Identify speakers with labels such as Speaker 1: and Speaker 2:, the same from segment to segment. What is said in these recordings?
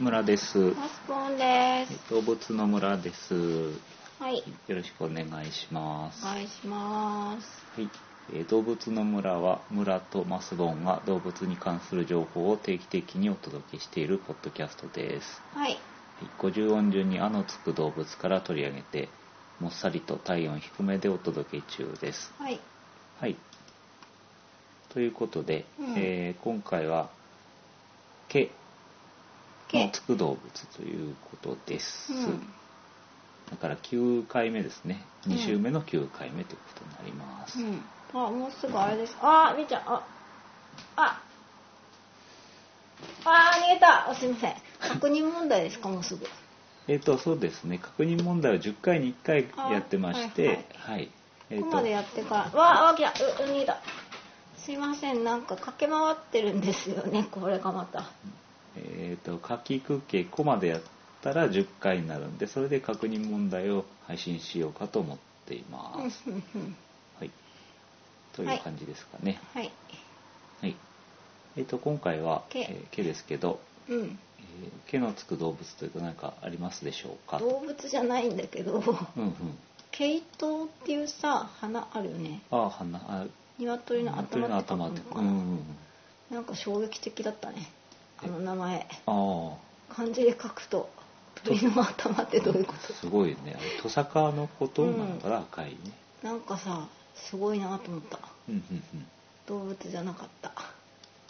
Speaker 1: 村です。
Speaker 2: マスコンです。
Speaker 1: 動物の村です。よ
Speaker 2: はい。
Speaker 1: ろしくお願いします。
Speaker 2: お願いしま
Speaker 1: は
Speaker 2: す。
Speaker 1: いえー動物の村は村とマスボンが動物に関する情報を定期的にお届けしているポッドキャストです。
Speaker 2: はい。
Speaker 1: はい50音順に「あ」のつく動物から取り上げてもっさりと体温低めでお届け中です。
Speaker 2: はい。
Speaker 1: はい。ということで、
Speaker 2: うん
Speaker 1: えー今回は「毛」の
Speaker 2: け。
Speaker 1: つく動物ということです。
Speaker 2: うん。
Speaker 1: だから9回目ですね。
Speaker 2: うん
Speaker 1: 2週目の9回目ということになります。
Speaker 2: うん。あ、もうすぐあれです。あー、みーちゃん、あ。あ。あー、逃げた。あすいません。確認問題ですか、もうすぐ。
Speaker 1: えっ、と、そうですね。確認問題を10回に1回やってまして、はい、えっ、
Speaker 2: ここまでやってから。わあ、わー、来た。う、う逃げた。すいません、なんか駆け回ってるんですよね、 これがまた。
Speaker 1: と、えっ、と、かきくけこまでやったら10回になるんで、それで確認問題を配信しようかと思っています。
Speaker 2: うん、うん、うん。
Speaker 1: はい。という感じですかね。
Speaker 2: はい。
Speaker 1: はい。えっ、と、今回は、
Speaker 2: 毛
Speaker 1: えー毛ですけど、
Speaker 2: うん。
Speaker 1: えー毛のつく動物というと何かありますでしょうか
Speaker 2: 動物じゃないんだけ ど。
Speaker 1: うんうん。
Speaker 2: ケイトウっていうさ花あるよね
Speaker 1: ああ、花、あ
Speaker 2: 鶏の頭って書くの
Speaker 1: 鳥の
Speaker 2: か
Speaker 1: 頭うん
Speaker 2: な、
Speaker 1: うんうん
Speaker 2: なんか衝撃的だったねあの名前
Speaker 1: あ
Speaker 2: 漢字で書くと鳥の頭ってどういうこ
Speaker 1: あすごいねあれトサカのこと
Speaker 2: うん
Speaker 1: なのから赤いね、
Speaker 2: となんかさすごいなと思った
Speaker 1: うん、うんうん
Speaker 2: 動物じゃなかった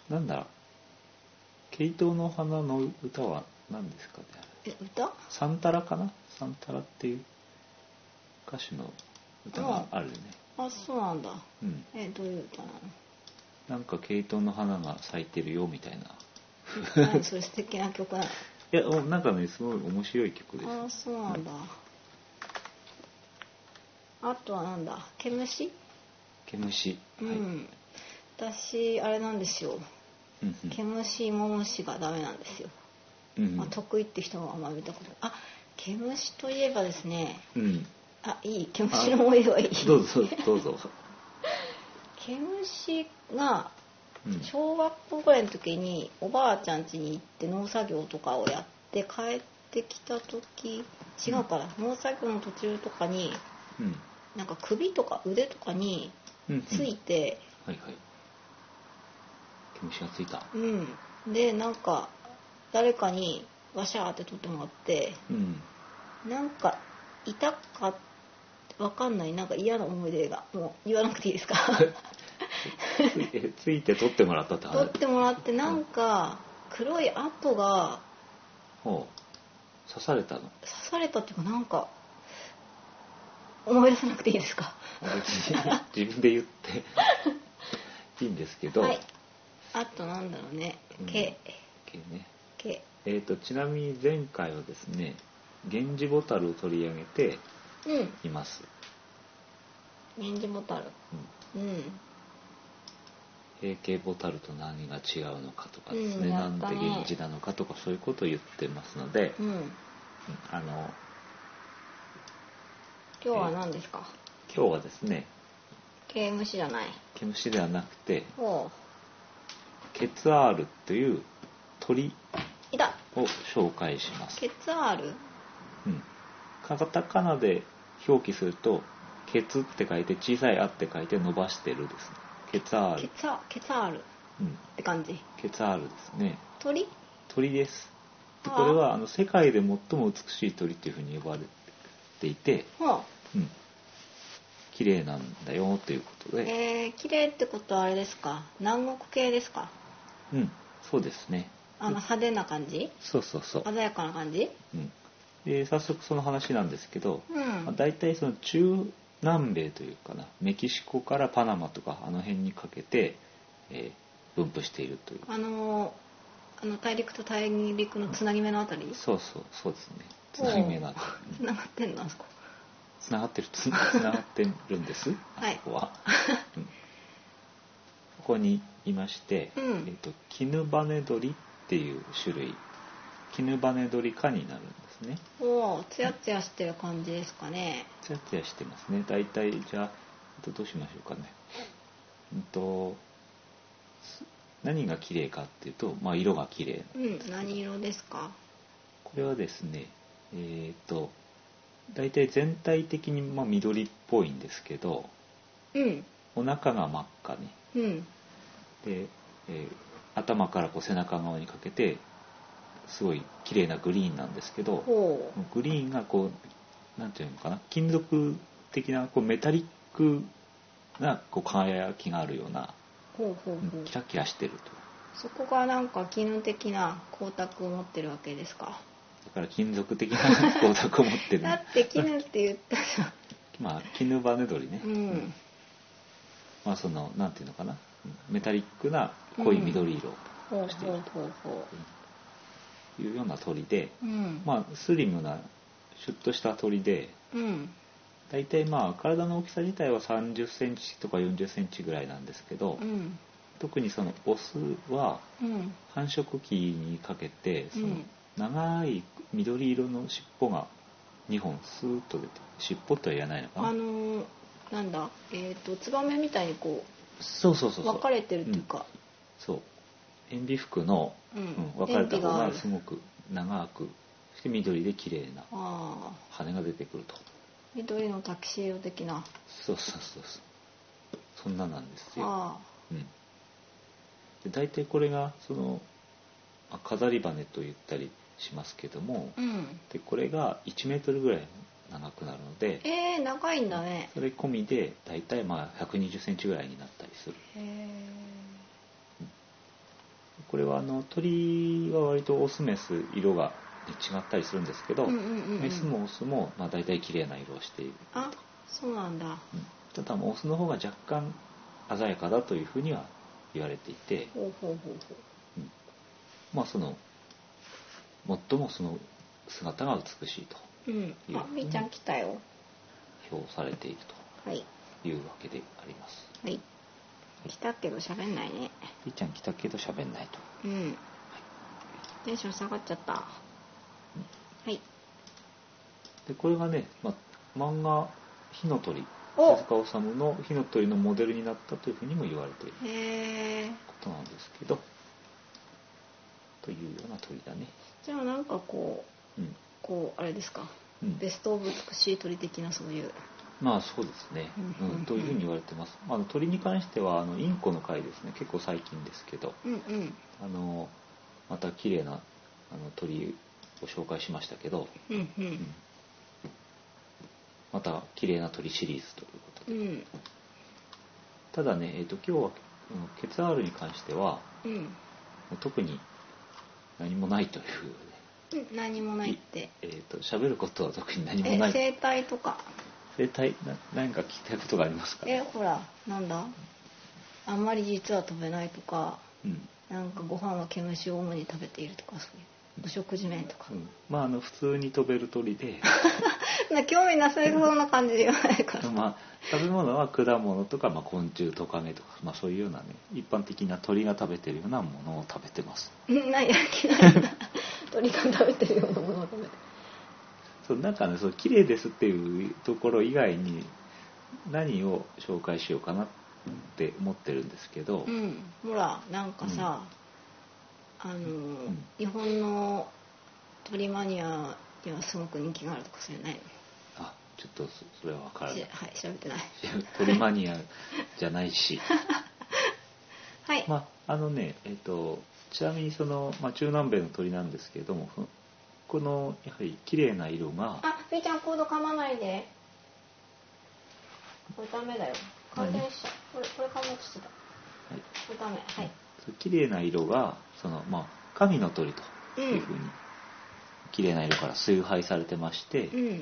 Speaker 1: なんだケイトウの花の歌は何ですかねあれ
Speaker 2: え歌
Speaker 1: サンタラかなサンタラっていう歌手の歌があるね
Speaker 2: あそうなんだ
Speaker 1: うん
Speaker 2: えどういう歌な
Speaker 1: なんかケイトウの花が咲いてるよみたいな
Speaker 2: の 何それ素敵な曲なの
Speaker 1: いやおなんかねすごい面白い曲です
Speaker 2: あそうなんだあとはなんだ毛虫、
Speaker 1: 毛虫
Speaker 2: う
Speaker 1: はい
Speaker 2: ん私あれなんですよ
Speaker 1: うんうん
Speaker 2: 毛虫イモムシがダメなんですよ、
Speaker 1: うん
Speaker 2: まあ、得意って人はあんまり見たことないあ毛虫といえばですね
Speaker 1: うん
Speaker 2: あいい毛虫の思い出はいい
Speaker 1: どうぞどうぞ、
Speaker 2: 毛虫が
Speaker 1: うん、
Speaker 2: 小学校ぐらいの時におばあちゃん家に行って農作業とかをやって帰ってきた時違うから、農作業の途中とかに
Speaker 1: うん
Speaker 2: なんか首とか腕とかに
Speaker 1: うんうん
Speaker 2: ついて、
Speaker 1: はいはい。毛虫がついた。
Speaker 2: うん、でなんか誰かにワシャーって取ってもらって
Speaker 1: うん。
Speaker 2: なんか痛かっわかんないなんか嫌な思い出がもう言わなくてい いですか
Speaker 1: ついて、ついて取ってもらったって
Speaker 2: 取ってもらってなんか黒い跡が
Speaker 1: ほう。刺されたの。
Speaker 2: 刺されたっていうかなんか思い出さなくていいですか
Speaker 1: 別に自分で言っていいんですけど、
Speaker 2: はいあとなんだろうね
Speaker 1: うん
Speaker 2: 毛
Speaker 1: 毛ね。
Speaker 2: 毛
Speaker 1: えー、とちなみに前回はですね源氏ボタルを取り上げて
Speaker 2: うん
Speaker 1: います、
Speaker 2: 源氏ボタル
Speaker 1: うん、
Speaker 2: うん
Speaker 1: 平景ボタルと何が違うのかとかです
Speaker 2: う
Speaker 1: ね,、
Speaker 2: んや
Speaker 1: な
Speaker 2: っ
Speaker 1: んで
Speaker 2: たね
Speaker 1: 源氏なのかとかそういうことを言ってますので、
Speaker 2: う
Speaker 1: うん
Speaker 2: ん
Speaker 1: あの
Speaker 2: 今日は何ですか
Speaker 1: 今日はですね
Speaker 2: 毛虫じゃない
Speaker 1: 毛虫ではなくて
Speaker 2: おう
Speaker 1: ケツアールという鳥
Speaker 2: いた
Speaker 1: を紹介します、
Speaker 2: ケツアール
Speaker 1: うん、カタカナで表記すると「ケツ」って書いて小さい「あ」って書いて伸ばしてるですねケツアー
Speaker 2: ケ
Speaker 1: ル、
Speaker 2: ツアケツアールっ
Speaker 1: うん、
Speaker 2: て感じ
Speaker 1: ケツアールですね
Speaker 2: 鳥
Speaker 1: 鳥ですで
Speaker 2: あー
Speaker 1: これはあの世界で最も美しい鳥っていうふうに呼ばれていて、
Speaker 2: ほう
Speaker 1: うん、綺麗なんだよということで、
Speaker 2: えー、綺麗ってことはあれですか南国系ですか
Speaker 1: うん、そうですね
Speaker 2: あの派手な感じ
Speaker 1: そうそうそう、
Speaker 2: 鮮やかな感じ
Speaker 1: うん、で早速その話なんですけど
Speaker 2: うん
Speaker 1: まあ、大体その中南米というかなメキシコからパナマとかあの辺にかけて、えー分布しているという
Speaker 2: あのーあの大陸と大陸のつなぎ目のあたり
Speaker 1: そうそうそうですねつなぎ目な
Speaker 2: つながってんのあそこ
Speaker 1: つながってるつなつながってるんですあ
Speaker 2: はい
Speaker 1: そこは、 うんここにいまして、
Speaker 2: うん
Speaker 1: えー、とキヌバネドリっていう種類キヌバネドリ科になるんですね
Speaker 2: おおツヤツヤしてる感じですかね
Speaker 1: ツヤツヤしてますね大体じゃあえっとどうしましょうかねうんとす何が綺麗かっていうと、まあ、色が綺麗
Speaker 2: うん何色ですか
Speaker 1: れはですねえっ、と大体全体的にまあ緑っぽいんですけど
Speaker 2: うん
Speaker 1: お腹が真っ赤ね
Speaker 2: うん
Speaker 1: で、えー頭からこう背中側にかけてすごい綺麗なグリーンなんですけど
Speaker 2: ほ
Speaker 1: グリーンがこうなんていうのかな金属的なこうメタリックなこう輝きがあるような
Speaker 2: うほうほうほう
Speaker 1: キラキラしてると
Speaker 2: そこがなんか機能的な光沢を持ってるわけですか
Speaker 1: だから金属的な光沢を持ってる
Speaker 2: だって絹って言ったじ
Speaker 1: まあ絹羽ね鳥ね、
Speaker 2: ゃんうん
Speaker 1: まあそのなんていうのかなメタリックな濃い緑色
Speaker 2: ほうほうほうほ
Speaker 1: というような鳥で、
Speaker 2: ううん
Speaker 1: まあスリムなシュッとした鳥で
Speaker 2: うん
Speaker 1: 大体まあ体の大きさ自体は3 0センチとか4 0センチぐらいなんですけど、
Speaker 2: うん
Speaker 1: 特にそのオスは
Speaker 2: うん
Speaker 1: 繁殖期にかけてそうの
Speaker 2: ん
Speaker 1: 長い緑色の尻尾が2本スーッと出て尻尾とは言わないのか
Speaker 2: あ
Speaker 1: な
Speaker 2: のーなんだえっ、とツバメみたいにこ
Speaker 1: そうそうそううそ
Speaker 2: 分
Speaker 1: う
Speaker 2: かれてるっていうか
Speaker 1: そう塩ビ服の、
Speaker 2: うん、
Speaker 1: うん、分かれた方
Speaker 2: あ
Speaker 1: が
Speaker 2: る
Speaker 1: すごく長くそして緑で綺麗な
Speaker 2: あ
Speaker 1: 羽が出てくると
Speaker 2: ー緑のタキシード的な
Speaker 1: そうそうそうそうそんななんですよ
Speaker 2: あ
Speaker 1: うん、で大体これがそのあ飾り羽と言ったりしますけども
Speaker 2: ーうん
Speaker 1: でこれが1メートルぐらい長くなるので
Speaker 2: えー、長いんだね
Speaker 1: それ込みで大体まあ1 2 0センチぐらいになったりする
Speaker 2: へえ
Speaker 1: これはあの鳥は割とオスメス色が違ったりするんですけど、
Speaker 2: うんうんうんうん
Speaker 1: メスもオスもまあ大体綺麗な色をしている、
Speaker 2: あそうなんだ
Speaker 1: うんただもうオスの方が若干鮮やかだというふうには言われていて、
Speaker 2: ほうほうほうほう
Speaker 1: まあその最もその姿が美しいと
Speaker 2: うん、あみーちゃん来たよ、
Speaker 1: 評されている
Speaker 2: はい
Speaker 1: というわけであります
Speaker 2: はい来たけど喋んないね
Speaker 1: りーちゃん来たけど喋んないと
Speaker 2: うんテンション下がっちゃったはい
Speaker 1: でこれがね、まあ、漫画「火の鳥」
Speaker 2: お
Speaker 1: 手塚治虫の「火の鳥」のモデルになったというふうにも言われている
Speaker 2: へえ
Speaker 1: ことなんですけどというような鳥だね
Speaker 2: じゃあなんかこ
Speaker 1: うん、
Speaker 2: うこうあれですか
Speaker 1: うん、
Speaker 2: ベストオブ美しい鳥的なそういう
Speaker 1: まあそうですね、
Speaker 2: うんうん
Speaker 1: うん、というふうに言われてます、まあ、あの鳥に関してはあのインコの回ですね結構最近ですけど
Speaker 2: うんうん
Speaker 1: あのまた綺麗なあの鳥を紹介しましたけど、
Speaker 2: うんう
Speaker 1: うん
Speaker 2: ん
Speaker 1: また綺麗な鳥シリーズということ
Speaker 2: う
Speaker 1: で、
Speaker 2: ん
Speaker 1: ただね、えー、と今日はうんケツアールに関しては
Speaker 2: うん
Speaker 1: 特に何もないという、
Speaker 2: うん何もないって
Speaker 1: えー、と喋ることは特に何も
Speaker 2: え
Speaker 1: ない
Speaker 2: 生態とか
Speaker 1: 生態な何か聞きたいことがありますか
Speaker 2: えほらなんだあんまり実は飛べないとか
Speaker 1: うん
Speaker 2: なんかご飯は毛虫を主に食べているとかそういうお食事面とか、
Speaker 1: うんまああの普通に飛べる鳥 で
Speaker 2: な興味なさそうな感じで言わないから
Speaker 1: まあ食べ物は果物とか、まあ、昆虫トカゲとか、まあ、そういうようなね一般的な鳥が食べてるようなものを食べてます
Speaker 2: うんないやきないな鳥が食べてるようなものを食べて
Speaker 1: そうなんかねそう綺麗ですっていうところ以外に何を紹介しようかなって思ってるんですけど、
Speaker 2: うんほらなんかさ、あの
Speaker 1: ん
Speaker 2: 日本の鳥マニアにはすごく人気があるとかそういうのない
Speaker 1: あちょっとそそれは分か
Speaker 2: の
Speaker 1: らな
Speaker 2: し
Speaker 1: い
Speaker 2: はい調べてない
Speaker 1: 鳥マニアじゃない し
Speaker 2: はい、
Speaker 1: まああのねえっ、とちなみにその、まあ、中南米の鳥なんですけれどもふこのやはり綺麗な色が
Speaker 2: あみーちゃんコード噛まないでこれダメだよ感電しちゃうこれこれ噛もうとしてたこ
Speaker 1: はい
Speaker 2: れダメはい
Speaker 1: そう綺麗な色がそのまあ神の鳥というふうに、綺麗な色から崇拝されてまして、
Speaker 2: うん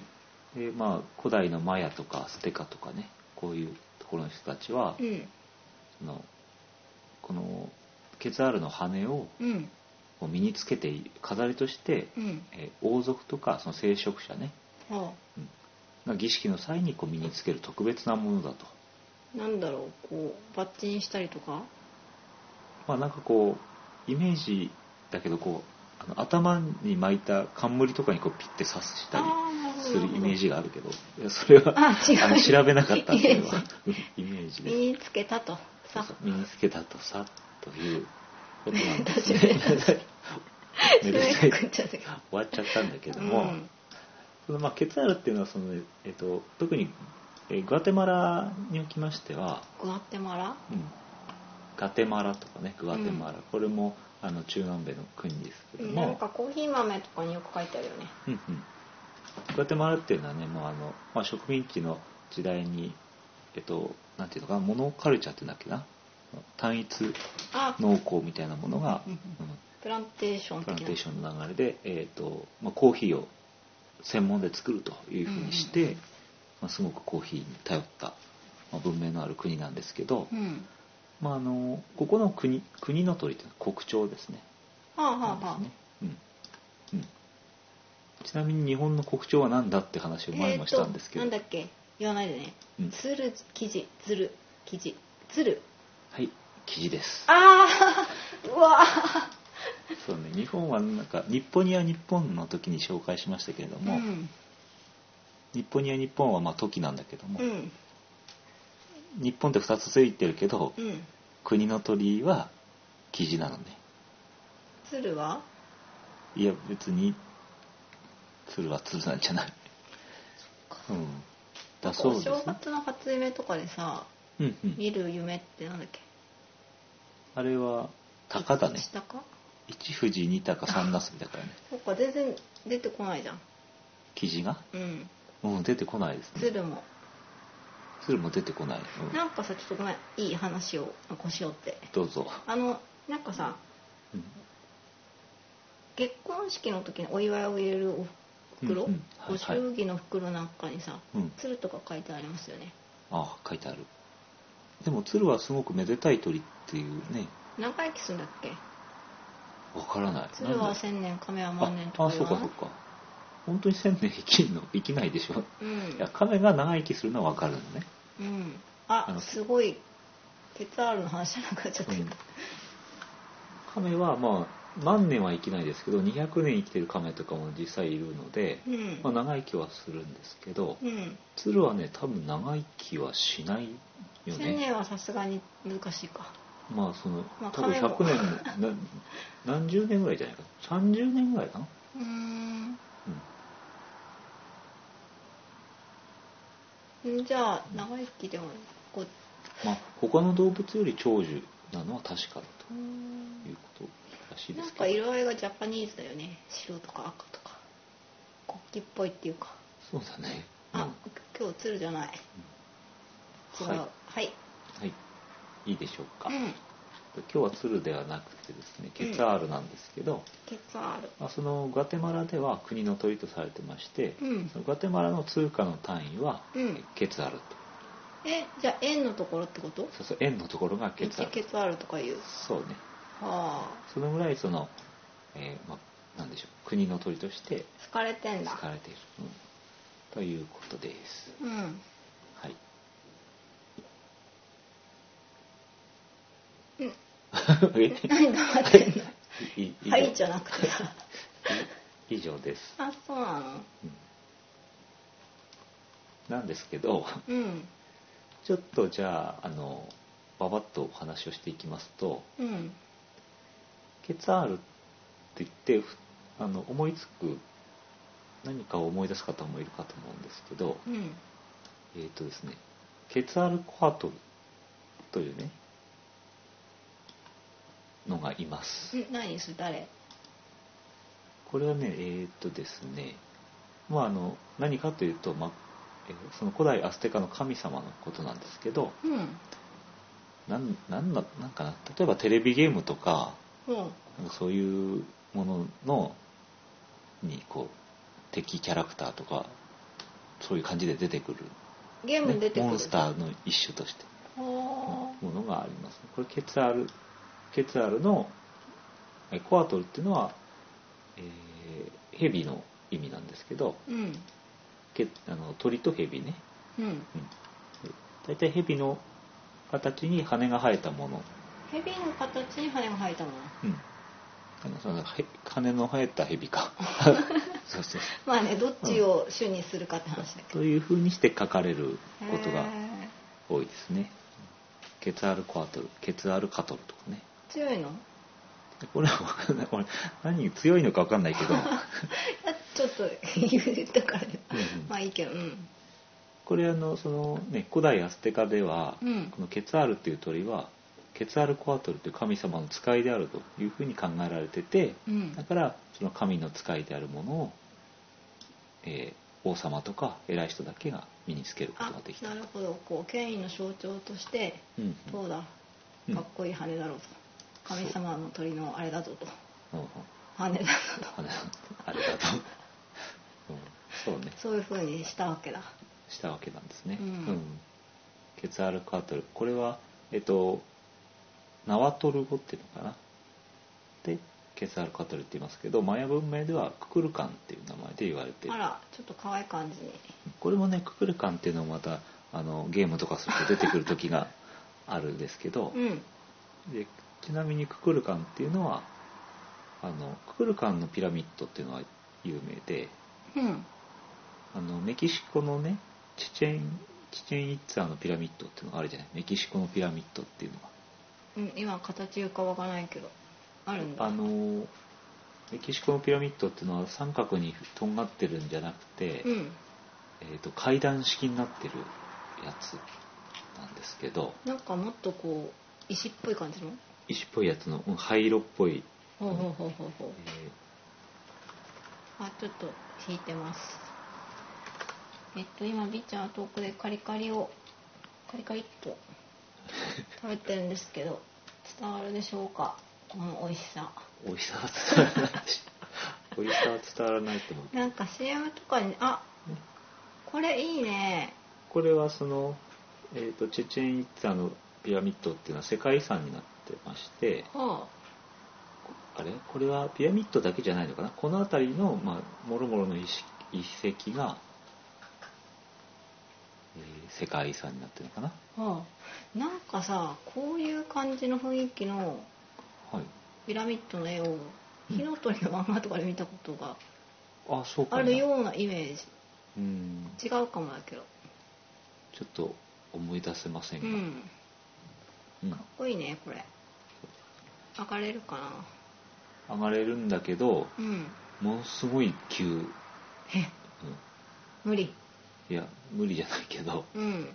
Speaker 1: でまあ、古代のマヤとかアステカとかねこういうところの人たちは、
Speaker 2: うん
Speaker 1: そのこのケツアールの羽を
Speaker 2: うん
Speaker 1: こう身につけている飾りとして、
Speaker 2: うん
Speaker 1: えー王族とかその聖職者ね
Speaker 2: は
Speaker 1: が儀式の際にこう身につける特別なものだと、
Speaker 2: あなんだろうこうバッチンしたりとか
Speaker 1: まあ、なんかこうイメージだけどこうあの頭に巻いた冠とかにこうピッて刺したり
Speaker 2: あーなほ
Speaker 1: す
Speaker 2: ど
Speaker 1: る
Speaker 2: なほど
Speaker 1: イメージがあるけどいやそれは
Speaker 2: あ違う
Speaker 1: あの調べなかったんで
Speaker 2: イメージ
Speaker 1: は イメージで
Speaker 2: 身につけたとさ
Speaker 1: 身につけたとさということなんです
Speaker 2: 大丈夫
Speaker 1: ねめでたい終わっちゃったんだけども、
Speaker 2: うん
Speaker 1: そのまあケツァールっていうのはその、えっと、特にえーグアテマラにおきましては、
Speaker 2: グアテマラ
Speaker 1: うんガテマラとかねグアテマラ、
Speaker 2: うん
Speaker 1: これもあの中南米の国ですけども、
Speaker 2: なんかコーヒー豆とかによく書いてあるよね
Speaker 1: うんうん、グアテマラっていうのはねもうあの、まあ、植民地の時代にえっとなんていうのかなモノカルチャーっていうんだっけな単一
Speaker 2: あ
Speaker 1: 農耕みたいなものが、
Speaker 2: うん
Speaker 1: う
Speaker 2: プランテーション
Speaker 1: ん、
Speaker 2: 的
Speaker 1: プ
Speaker 2: な
Speaker 1: ランテーションの流れで、えっとまあ、コーヒーを専門で作るというふうにして、
Speaker 2: うんうんうん
Speaker 1: まあ、すごくコーヒーに頼った、まあ、文明のある国なんですけど、
Speaker 2: うん
Speaker 1: まあ、あのここの国国の鳥っていうのは国鳥ですね。
Speaker 2: はあは
Speaker 1: なん
Speaker 2: あはあ、
Speaker 1: ですねうんうんちなみに日本の国鳥は何だって話を前もしたんですけど、
Speaker 2: えーとなんだっけ言わないでね
Speaker 1: うん
Speaker 2: つる生地つる生地つる
Speaker 1: はい記事です
Speaker 2: ああ うわ
Speaker 1: そうね日本はなんか日本には日本の時に紹介しましたけれど
Speaker 2: ー
Speaker 1: も、
Speaker 2: ん
Speaker 1: 日本には日本はまあ時なんだけども、
Speaker 2: うん
Speaker 1: 日本って2つついてるけど、
Speaker 2: うん
Speaker 1: 国の鳥は記事なのね
Speaker 2: つるはい
Speaker 1: や別に鶴は鶴なんじゃないうんだそう
Speaker 2: お
Speaker 1: です、
Speaker 2: 正月の初夢とかでさ
Speaker 1: うんうん、
Speaker 2: 見る夢ってなんだっけ
Speaker 1: あれは鷹だね
Speaker 2: 下か
Speaker 1: 一富士二鷹三なすびだからね
Speaker 2: そっか全然出てこないじゃん
Speaker 1: 記事が
Speaker 2: うん
Speaker 1: うん出てこないです
Speaker 2: つ
Speaker 1: ね
Speaker 2: るも
Speaker 1: 鶴も出てこない、うん
Speaker 2: なんかさちょっとごめんいい話をこうしようって
Speaker 1: どうぞ、
Speaker 2: あのなんかさ
Speaker 1: うん
Speaker 2: 結婚式の時にお祝いを入れるお袋、
Speaker 1: うんうんはい
Speaker 2: ご祝儀の袋なんかにさ
Speaker 1: うん
Speaker 2: 「鶴」とか書いてありますよね
Speaker 1: ああ書いてあるでも鶴はすごくめでたい鳥っていうね
Speaker 2: 何回生きするんだっけ
Speaker 1: わからない
Speaker 2: 鶴
Speaker 1: なん
Speaker 2: は
Speaker 1: だ
Speaker 2: 千年亀は万年
Speaker 1: あ
Speaker 2: と
Speaker 1: あ
Speaker 2: か
Speaker 1: そうかそうか本当に千年生きんの生きないでしょ
Speaker 2: う
Speaker 1: いや
Speaker 2: ん、
Speaker 1: 亀が長生きするのはわかるのね、
Speaker 2: うん、
Speaker 1: あ
Speaker 2: あ
Speaker 1: の
Speaker 2: すごいケツアールの話じゃなくなっちゃっ
Speaker 1: う
Speaker 2: た、
Speaker 1: ん、亀はまあ何年は生きないですけど200年生きてる亀とかも実際いるので、
Speaker 2: うん
Speaker 1: まあ、長生きはするんですけど、
Speaker 2: うん
Speaker 1: 鶴はね多分長生きはしないよ
Speaker 2: 千
Speaker 1: ね
Speaker 2: 年はさすがに難しいか
Speaker 1: まあその
Speaker 2: まあ
Speaker 1: 多分
Speaker 2: 亀も
Speaker 1: 100年 な何十年ぐらいじゃないか30年ぐらいかな、
Speaker 2: うーんんじゃあ長生きでもこう
Speaker 1: まあ、他の動物より長寿なのは確かだ
Speaker 2: うーん
Speaker 1: ということらしいで
Speaker 2: なん
Speaker 1: す
Speaker 2: か
Speaker 1: けど
Speaker 2: 色合いがジャパニーズだよね白とか赤とか国旗っぽいっていうか
Speaker 1: そうだね、うん
Speaker 2: あ、今日鶴じゃない違う
Speaker 1: はい、
Speaker 2: はい
Speaker 1: は、い、いいでしょうか、
Speaker 2: うん
Speaker 1: 今日は鶴ではなくてですねケツァールなんですけど、
Speaker 2: ケツアール
Speaker 1: まあ、そのガテマラでは国の鳥とされてまして、
Speaker 2: うん
Speaker 1: そのガテマラの通貨の単位は
Speaker 2: うん
Speaker 1: ケツァールと
Speaker 2: えじゃあ円のところってこと
Speaker 1: そうそう円のところがケツァール
Speaker 2: ケツアールとかいう
Speaker 1: そうね
Speaker 2: はあ
Speaker 1: そのぐらいその、えーまあ、なんでしょう国の鳥として
Speaker 2: 好かれてん
Speaker 1: 使
Speaker 2: だ
Speaker 1: われている、うんということです
Speaker 2: うん
Speaker 1: はい
Speaker 2: うん
Speaker 1: え
Speaker 2: 何黙ってんの
Speaker 1: いい以上
Speaker 2: はいじゃなくてさ
Speaker 1: 以上です、
Speaker 2: あそうなの
Speaker 1: うんなんですけど
Speaker 2: うん
Speaker 1: ちょっとじゃああのババッとお話をしていきますと
Speaker 2: うん
Speaker 1: ケツァールって言ってふあの思いつく何かを思い出す方もいるかと思うんですけど、
Speaker 2: うん
Speaker 1: えっ、とですねケツアルコアトルというねのがいます
Speaker 2: ん何それ誰
Speaker 1: これはねえっ、とですねまああの何かというと、まえーその古代アステカの神様のことなんですけど
Speaker 2: うん
Speaker 1: なんなんだなんかな例えばテレビゲームとか
Speaker 2: うん
Speaker 1: なんかそういうもののにこう敵キャラクターとかそういう感じで出てくる,、
Speaker 2: ゲームに出てくる
Speaker 1: モンスターの一種として
Speaker 2: は
Speaker 1: ものがありますねこれケツアルケツアルのえコアトルっていうのは、えーヘビの意味なんですけど
Speaker 2: あうん
Speaker 1: けあの鳥とヘビね、
Speaker 2: うん
Speaker 1: うん、で大体ヘビの形に羽が生えたもの、
Speaker 2: ヘビの形に羽が生えたもの
Speaker 1: うん、あのそのへ羽の生えたヘビ かそうそうそう
Speaker 2: まあねどっちを主にするかって話だけ
Speaker 1: というふうにして書かれる
Speaker 2: ど
Speaker 1: ことが
Speaker 2: へー
Speaker 1: 多いですねケツアルコアトルケツアルカトルとかね
Speaker 2: 強いの
Speaker 1: でこれはわかんないこれ何強いのか分かんない けど、
Speaker 2: あちょっと言ったからね
Speaker 1: うんうん
Speaker 2: まあいいけどうん
Speaker 1: これあのその、ね、古代アステカでは、
Speaker 2: うん
Speaker 1: このケツアールっていう鳥はケツアールコアトルという神様の使いであるというふうに考えられてて
Speaker 2: うん
Speaker 1: だからその神の使いであるものを、えー王様とか偉い人だけが身につけること
Speaker 2: あ
Speaker 1: ができた
Speaker 2: なるほどこう権威の象徴として
Speaker 1: うんうん
Speaker 2: どうだ
Speaker 1: うん
Speaker 2: かっこいい羽だろうと神様の鳥のあれだぞと
Speaker 1: うんうん
Speaker 2: 羽だぞ
Speaker 1: あれあれだと、うん、そうね
Speaker 2: とそういうふうにしたわけだ
Speaker 1: したわけなんですね、
Speaker 2: うん
Speaker 1: ケツアルカートルこれはえっとナワトル語っていうのかなでケツアルカートルって言いますけどマヤ文明ではククルカンっていう名前で言われてる
Speaker 2: あらちょっと可愛い感じに
Speaker 1: これもねククルカンっていうのもまたあのゲームとかすると出てくる時があるんですけど、
Speaker 2: うん
Speaker 1: でちなみにククルカンっていうのはあのククルカンのピラミッドっていうのは有名で
Speaker 2: うん
Speaker 1: あのメキシコのねチチェンチチェンイッツァのピラミッドっていうのがあるじゃないメキシコのピラミッドっていうの
Speaker 2: うん今形浮かばないけどあるん
Speaker 1: が
Speaker 2: だ
Speaker 1: あのメキシコのピラミッドっていうのは三角にとんがってるんじゃなくて、
Speaker 2: うん
Speaker 1: えー、と階段式になってるやつなんですけど
Speaker 2: なんかもっとこう石っぽい感じの
Speaker 1: 石っぽいやつのうん灰色っぽい、
Speaker 2: ほうほうほうほうほう
Speaker 1: えー
Speaker 2: あちょっと引いてますえっと今ビーちゃんは遠くでカリカリをカリカリっ と食べてるんですけど伝わるでしょうかこの美味しさ
Speaker 1: 美味しさは伝わらないし美味しさは伝わらないと思う
Speaker 2: なんか CM とかにあこれいいね
Speaker 1: これはその、えー、とチェチェンイッツァのピラミッドっていうのは世界遺産になってまして
Speaker 2: は
Speaker 1: あれこれはピラミッドだけじゃないのかなこの辺りの、まあ、もろもろの遺跡遺跡が、えー世界遺産になってるのかな
Speaker 2: あはあなんかさこういう感じの雰囲気の
Speaker 1: はい
Speaker 2: ピラミッドの絵を火の鳥のまんまとかで見たことが
Speaker 1: あそうか
Speaker 2: あ
Speaker 1: な
Speaker 2: るようなイメー
Speaker 1: うん
Speaker 2: ジ違うかもだけど
Speaker 1: ちょっと思い出せません
Speaker 2: う
Speaker 1: が、
Speaker 2: ん
Speaker 1: うん
Speaker 2: かっこいいねこれ上がれるかな
Speaker 1: 上がれるんだけど
Speaker 2: うん
Speaker 1: ものすごい急、うん、
Speaker 2: え無理
Speaker 1: いや無理じゃないけど、
Speaker 2: うん
Speaker 1: うん、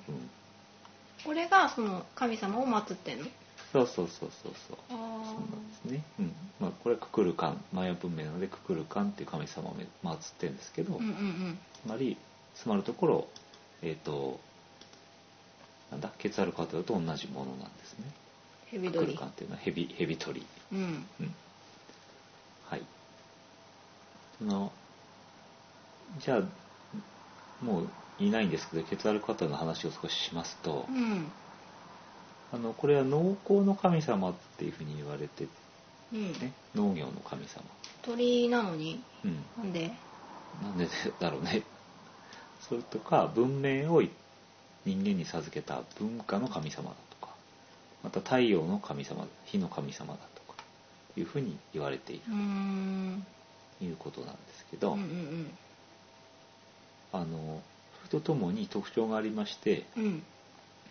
Speaker 2: これがその神様を祀ってんの
Speaker 1: そうそうそうそうそうそう
Speaker 2: あ
Speaker 1: なんですね、うんまあ、これはククルカンマヤ文明なのでククルカンっていう神様を祀ってるんですけど、
Speaker 2: うんうんうん
Speaker 1: つまりつまるところえっ、となんだケツアルカートルと同じものなんですね
Speaker 2: 蛇
Speaker 1: ククル
Speaker 2: 鳥
Speaker 1: カンっていうのはヘビヘビ鳥、
Speaker 2: うん
Speaker 1: うん、はいそのじゃあもういないんですけどケツアルカートルの話を少ししますと、
Speaker 2: うん
Speaker 1: あのこれは農耕の神様っていうふうに言われてて
Speaker 2: うん
Speaker 1: ね農業の神様
Speaker 2: 鳥なのに
Speaker 1: うん
Speaker 2: なんで
Speaker 1: なんでだろうねそれとか文明を人間に授けた文化の神様だとかまた太陽の神様火の神様だとかいうふうに言われていうる
Speaker 2: ーん
Speaker 1: いうことなんですけ
Speaker 2: う
Speaker 1: ど、
Speaker 2: んうん
Speaker 1: あのそれとともに特徴がありまして
Speaker 2: うんうん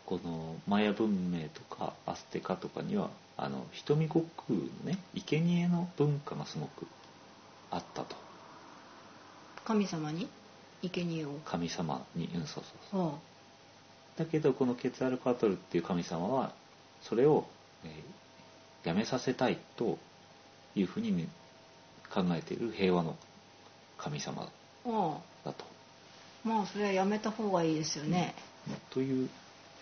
Speaker 1: このマヤ文明とかアステカとかにはあの瞳悟空のね生贄の文化がすごくあったと
Speaker 2: 神様に生贄を
Speaker 1: 神様にうんそうそうそう
Speaker 2: は
Speaker 1: だけどこのケツアルカトルっていう神様はそれを、えーやめさせたいというふうにね考えている平和の神様
Speaker 2: ああ
Speaker 1: だと。
Speaker 2: あまあそれはやめた方がいいですよね
Speaker 1: という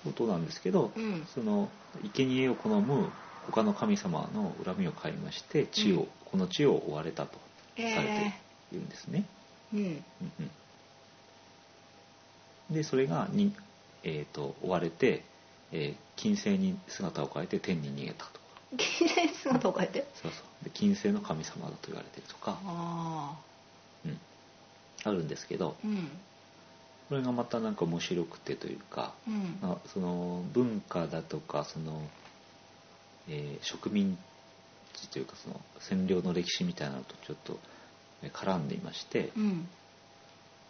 Speaker 1: ことなんですけど、
Speaker 2: うん
Speaker 1: その生贄を好む他の神様の恨みを買いまして地を、
Speaker 2: うん
Speaker 1: この地を追われたと
Speaker 2: え
Speaker 1: されて
Speaker 2: え
Speaker 1: いるんですね。
Speaker 2: うん
Speaker 1: うんうんでそれがに、えー、と追われて、えー金星に姿を変えて天に逃げたと
Speaker 2: 綺麗に姿を変えて
Speaker 1: そうそうで金星の神様だと言われてるとか、
Speaker 2: ああ
Speaker 1: うん、あるんですけど
Speaker 2: うん
Speaker 1: これがまたなんか面白くてというか、
Speaker 2: うん
Speaker 1: まあその文化だとかその、えー植民地というかその占領の歴史みたいなのとちょっとえー絡んでいまして。
Speaker 2: うん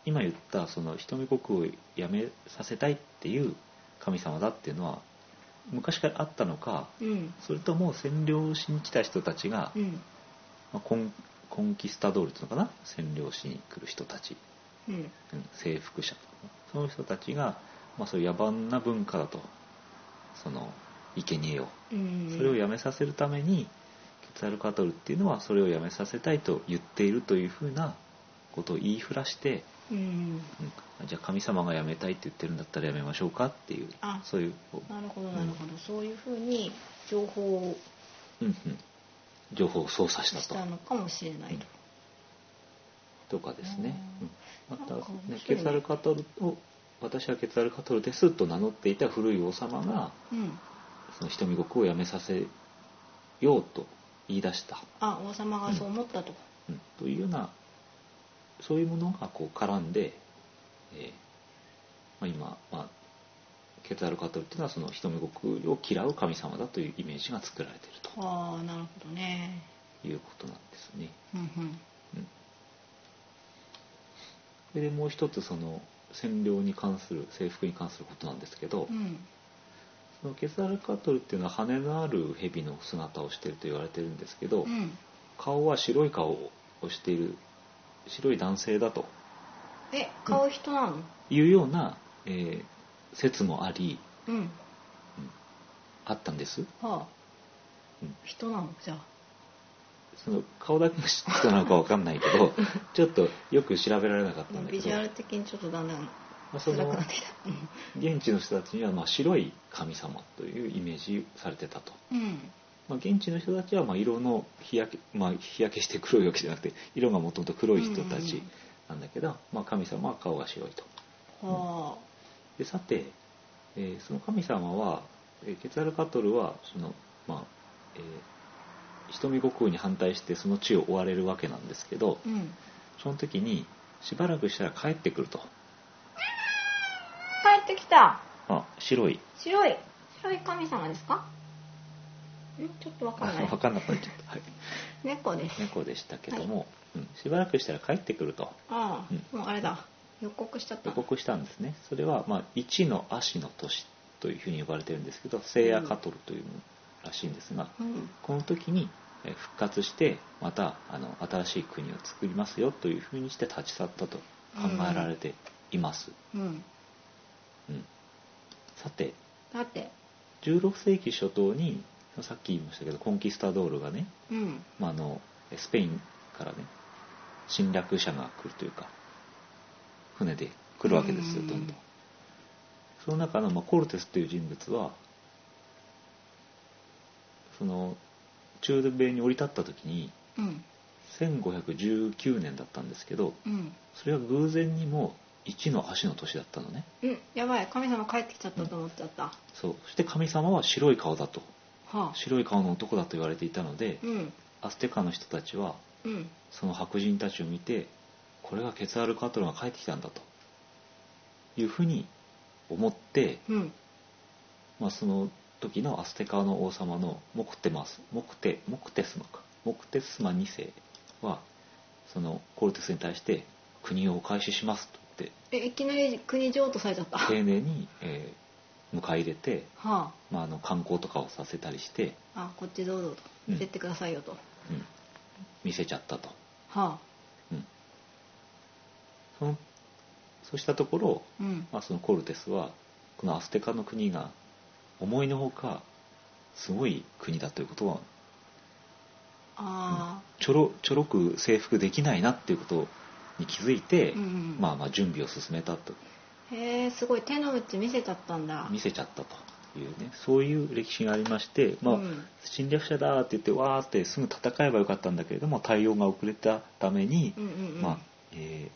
Speaker 1: 今言ったその瞳国をやめさせたいっていう神様だっていうのは昔からあったのか
Speaker 2: うん
Speaker 1: それとも占領をしに来た人たちが、
Speaker 2: うん
Speaker 1: まあコンコンキスタドールっていうのかな占領しに来る人たち、
Speaker 2: うん
Speaker 1: うん征服者その人たちが、まあ、そういう野蛮な文化だとその生贄を
Speaker 2: うん
Speaker 1: それをやめさせるためにケツアルカトルっていうのはそれをやめさせたいと言っているというふうなことを言いふらして、
Speaker 2: うん
Speaker 1: うんじゃあ神様がやめたいって言ってるんだったらやめましょうかっていう
Speaker 2: あ
Speaker 1: そういう、
Speaker 2: なるほどなるほど、そういうふうに情報を
Speaker 1: うんうん、情報を操作した
Speaker 2: し
Speaker 1: と
Speaker 2: たのかもしれないと、
Speaker 1: とかですね、
Speaker 2: う
Speaker 1: うんん、また、
Speaker 2: なんか面
Speaker 1: ね、
Speaker 2: 白い
Speaker 1: ケ
Speaker 2: ね
Speaker 1: ツアルカトルを私はケツアルカトルですと名乗っていた古い王様が
Speaker 2: うん、
Speaker 1: その瞳国をやめさせようと言い出した、
Speaker 2: あ王様がそう思ったと、
Speaker 1: うん、というようなそういうものがこう絡んで、えーまあ、今、まあ、ケツアルカトルっていうのはその人目国を嫌う神様だというイメージが作られている
Speaker 2: ああなるほどね
Speaker 1: ということなんですね。
Speaker 2: うんうん
Speaker 1: うん、それでもう一つその占領に関する征服に関することなんですけど、
Speaker 2: うん
Speaker 1: そのケツアルカトルっていうのは羽のある蛇の姿をしていると言われてるんですけど、
Speaker 2: うん
Speaker 1: 顔は白い顔をしている白い男性だと
Speaker 2: え買う人なの
Speaker 1: いうような、えー説もあり
Speaker 2: うん、
Speaker 1: あったんです
Speaker 2: はあ、
Speaker 1: うん
Speaker 2: 人なのじゃあ
Speaker 1: その顔だけが知ったのかわかんないけ どちょっとよく調べられなかったんだけ
Speaker 2: ビ
Speaker 1: ど、
Speaker 2: ジュアル
Speaker 1: ま
Speaker 2: 的にちょっとだんだん
Speaker 1: あ、そ
Speaker 2: 辛く
Speaker 1: の
Speaker 2: なってきた
Speaker 1: 現地の人たちにはまあ白い神様というイメージされてたと、
Speaker 2: うん
Speaker 1: まあ、現地の人たちはまあ色の日焼け、まあ、日焼けして黒いわけじゃなくて色がもともと黒い人たちなんだけど、まあ、神様は顔が白いと
Speaker 2: は
Speaker 1: でさて、えーその神様は、えーケツアルカトルはその、まあえー人見悟空に反対してその地を追われるわけなんですけど
Speaker 2: あうん
Speaker 1: その時にしばらくしたら帰ってくると
Speaker 2: 帰ってきた
Speaker 1: あ白い
Speaker 2: 白い白い神様ですかんちょっとわかんな
Speaker 1: あ
Speaker 2: い
Speaker 1: 分かんなくなっちゃった、はい、
Speaker 2: 猫です
Speaker 1: 猫でしたけども、うん、しばらくしたら帰ってくると
Speaker 2: ああ、
Speaker 1: う
Speaker 2: もうあれだ予告しちゃった
Speaker 1: 予告したんですねそれは、まあ、一の足の年というふうに呼ばれてるんですけど聖夜カトルというらしいんですが、
Speaker 2: うん
Speaker 1: この時にえー復活してまたあの新しい国を作りますよというふうにして立ち去ったと考えられています、
Speaker 2: うん
Speaker 1: うんさて
Speaker 2: だって
Speaker 1: 16世紀初頭にさっき言いましたけどコンキスタドールがね、
Speaker 2: うん
Speaker 1: まあ、あのスペインからね侵略者が来るというか船で来るわけですよ
Speaker 2: うん
Speaker 1: どんどんその中の、まあ、コルテスという人物はその中米に降り立った時に
Speaker 2: うん
Speaker 1: 1519年だったんですけど
Speaker 2: うん
Speaker 1: それは偶然にも一の足の年だったのね
Speaker 2: うんやばい神様帰ってきちゃったと思っちゃった、は
Speaker 1: そうそして神様は白い顔だと
Speaker 2: あ
Speaker 1: 白い顔の男だと言われていたので
Speaker 2: うん
Speaker 1: アステカの人たちは
Speaker 2: うん
Speaker 1: その白人たちを見てこれがケツアルカトルが帰ってきたんだというふうに思って、
Speaker 2: うん
Speaker 1: まあ、その時のアステカの王様のモクテマスモクテモクテスマかモクテスマ2世はそのコルテスに対して国をお返ししますと言って
Speaker 2: えいきなり国譲渡されちゃったは
Speaker 1: 丁寧に、えー迎え入れて、
Speaker 2: あ
Speaker 1: まあ、あの観光とかをさせたりして、
Speaker 2: あこっちどうぞと
Speaker 1: うん
Speaker 2: 出てってくださいよと、
Speaker 1: うん見せちゃったと、
Speaker 2: はあ
Speaker 1: うんそのそうしたところ、
Speaker 2: うん
Speaker 1: まあ、そのコルテスはこのアステカの国が思いのほかすごい国だということは
Speaker 2: あ
Speaker 1: ちょろちょろく征服できないなっていうことに気づいて、
Speaker 2: うんうん
Speaker 1: まあ、まあ準備を進めたと
Speaker 2: あへえすごい手の内見せちゃったんだ
Speaker 1: 見せちゃったというねそういう歴史がありまして、まあ
Speaker 2: うん
Speaker 1: 侵略者だって言ってわーってすぐ戦えばよかったんだけれども対応が遅れたために、
Speaker 2: うんうんうん
Speaker 1: まあえ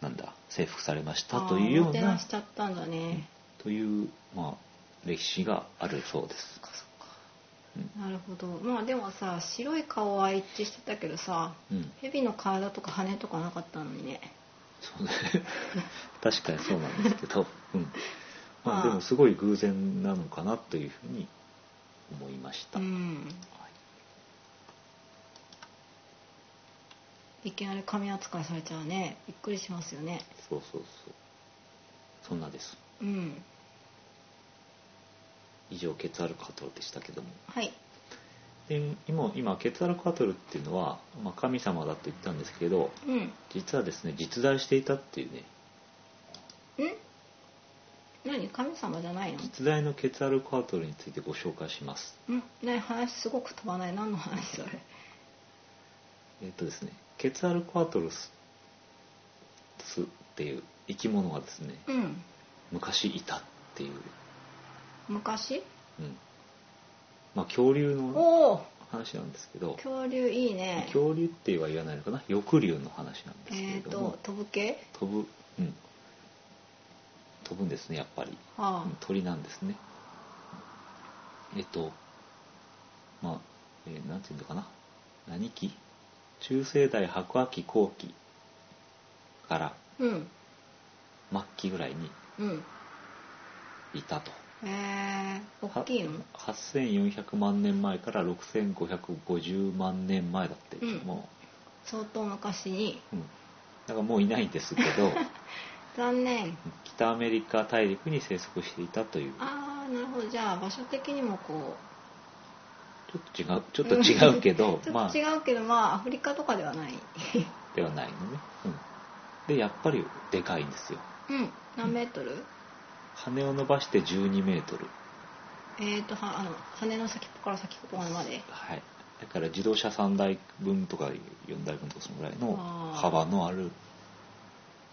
Speaker 1: ーなんだ征服されました
Speaker 2: あ
Speaker 1: というよ
Speaker 2: おも
Speaker 1: う
Speaker 2: てな
Speaker 1: な
Speaker 2: しちゃったんだね、
Speaker 1: という、まあ、歴史があるそうです。
Speaker 2: そっかそっかなるほどまあでもさ白い顔は一致してたけどさ
Speaker 1: うん、うん
Speaker 2: 蛇の体とか羽とかなかったのにね
Speaker 1: そうね確かにそうなんですけど、うんま
Speaker 2: ああ
Speaker 1: あ、でもすごい偶然なのかなというふうに思いました、
Speaker 2: う
Speaker 1: はい
Speaker 2: んいきなり神扱いされちゃうねびっくりしますよね
Speaker 1: そうそうそうそんなです
Speaker 2: うん
Speaker 1: 以上ケツアルカトルでしたけども
Speaker 2: はい
Speaker 1: で今今ケツアルカトルっていうのは、まあ、神様だと言ったんですけど
Speaker 2: うんん
Speaker 1: 実はですね実在していたっていうね
Speaker 2: 何神様じゃないの
Speaker 1: 実在のケツアルカトルについてご紹介します
Speaker 2: うんね話すごく飛ばない何の話それ
Speaker 1: えっとですねケツアルカトルススっていう生き物がですね
Speaker 2: うん
Speaker 1: 昔いたっていう、
Speaker 2: 昔
Speaker 1: うんまあ、恐竜の
Speaker 2: おお
Speaker 1: 話なんですけど
Speaker 2: 恐竜いいね
Speaker 1: 恐竜っては言わないのかな翼竜の話なんですけ
Speaker 2: え
Speaker 1: れ
Speaker 2: っ、ー、
Speaker 1: ども
Speaker 2: と、飛ぶ系
Speaker 1: 飛ぶ、うん、飛ぶんですねやっぱり、
Speaker 2: は
Speaker 1: うん鳥なんですねえっとまあ、えーなんていうのかな何期中生代白亜紀後期から
Speaker 2: あうん
Speaker 1: 末期ぐらいに
Speaker 2: うん
Speaker 1: いたと
Speaker 2: えー、大きいの
Speaker 1: は8400万年前から6550万年前だって、
Speaker 2: うん
Speaker 1: も
Speaker 2: 相当昔に
Speaker 1: う、うん、だからもういないんですけど
Speaker 2: 残念
Speaker 1: 北アメリカ大陸に生息していたという
Speaker 2: ああなるほどじゃあ場所的にもこ
Speaker 1: ちょっと違うちょっと違うけど
Speaker 2: うちょ
Speaker 1: ま
Speaker 2: っと違うけど、まあ、アフリカとかではない
Speaker 1: あではないのね、うん、でやっぱりでかいんですよ
Speaker 2: うん何メートル、
Speaker 1: 羽を伸ばして12メートル
Speaker 2: えっ、ー、とはあの羽の先っぽから先っぽまで
Speaker 1: はいだから自動車3台分とか4台分とかそのぐらいの
Speaker 2: あー
Speaker 1: 幅のある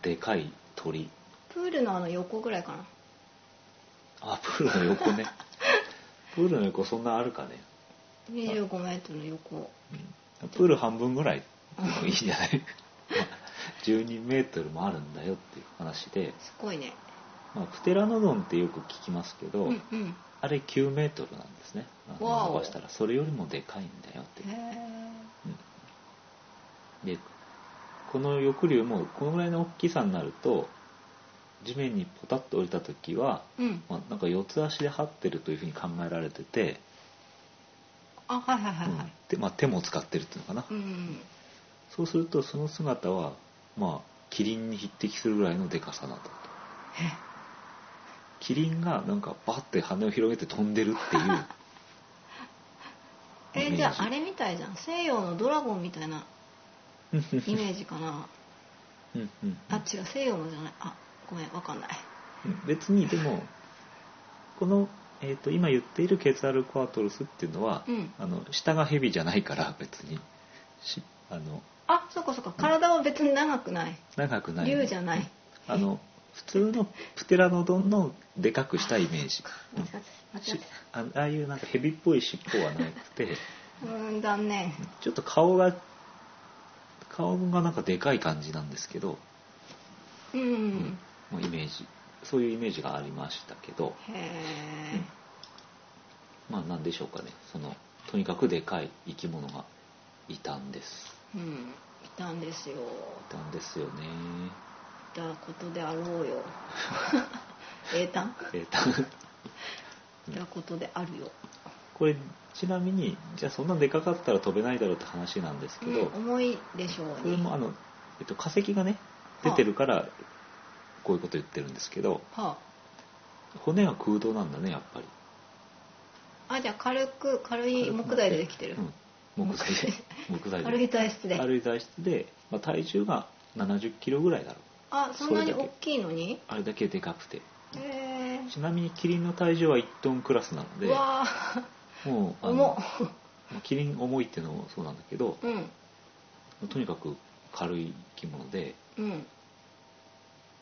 Speaker 1: でかい鳥
Speaker 2: プールのあの横ぐらいかな
Speaker 1: あプールの横 ねプールの横そんなあるかね、
Speaker 2: 2 5メートルの横
Speaker 1: うん、プール半分ぐらいいいんじゃない 12メートルもあるんだよっていう話で、
Speaker 2: すごいね
Speaker 1: まあ、プテラノドンってよく聞きますけど、
Speaker 2: うんうん
Speaker 1: あれ9メートルなんですねあ
Speaker 2: わ
Speaker 1: の
Speaker 2: お
Speaker 1: 伸ばしたらそれよりもでかいんだよっていう
Speaker 2: へえ
Speaker 1: でこの翼竜もこのぐらいの大きさになると地面にポタッと降りた時は、
Speaker 2: うん
Speaker 1: まあ、なんか四つ足で張ってるというふうに考えられてて、
Speaker 2: あはいはいはいは
Speaker 1: うん
Speaker 2: い
Speaker 1: でまあ、手も使ってるっていうのかな、
Speaker 2: うん、
Speaker 1: そうするとその姿はまあキリンに匹敵するぐらいのでかさなんだとキリンがなんかバッて羽を広げて飛んでるっていう
Speaker 2: えーじゃああれみたいじゃん西洋のドラゴンみたいな イメージかな
Speaker 1: うんうん
Speaker 2: あ違う西洋のじゃないあごめんわかんない
Speaker 1: うん別にでもこの、えー、と今言っているケツアルコアトルスっていうのは、
Speaker 2: うん
Speaker 1: あの下がヘビじゃないから別にしあの
Speaker 2: あそっかそっか体は別に長くない
Speaker 1: 長くない
Speaker 2: 竜じゃない
Speaker 1: あの普通のプテラノドンのでかくしたイメージ
Speaker 2: 間違ってた間違
Speaker 1: し
Speaker 2: って
Speaker 1: あああいうなんかヘビっぽい尻尾はなくて
Speaker 2: たうーん残念
Speaker 1: ちょっと顔が顔がなんかでかい感じなんですけど、
Speaker 2: うん、
Speaker 1: うんもうイメージそういうイメージがありましたけど、
Speaker 2: へえ、
Speaker 1: まあ何でしょうかねそのとにかくでかい生き物がいたんです
Speaker 2: うん、いたんですよ
Speaker 1: いたんですよね
Speaker 2: いたことであろう よ英単
Speaker 1: えーと
Speaker 2: いたことであるよ、
Speaker 1: これちなみにじゃあそんなでかかったら飛べないだろうって話なんですけ
Speaker 2: う
Speaker 1: ど、
Speaker 2: ん、重いでしょう
Speaker 1: これ
Speaker 2: に
Speaker 1: もあの、えっと、化石がね出てるからこういうこと言ってるんですけど
Speaker 2: は
Speaker 1: 骨は空洞なんだねやっぱり
Speaker 2: ああじゃあ軽く軽い木材でできてる、
Speaker 1: うん、木材で 木材で
Speaker 2: 軽い材質で
Speaker 1: 軽い材質で、まあ、体重が7 0キロぐらいだろう
Speaker 2: あそんなに
Speaker 1: それ
Speaker 2: 大
Speaker 1: だけ
Speaker 2: きいのに
Speaker 1: あれだけでかくて
Speaker 2: へえ
Speaker 1: ちなみにキリンの体重は1トンクラスなの
Speaker 2: う
Speaker 1: で
Speaker 2: わあ
Speaker 1: もうあ
Speaker 2: 重
Speaker 1: の
Speaker 2: っ
Speaker 1: キリン重いっていうのもそうなんだけど
Speaker 2: うん
Speaker 1: とにかく軽い生き物で
Speaker 2: うん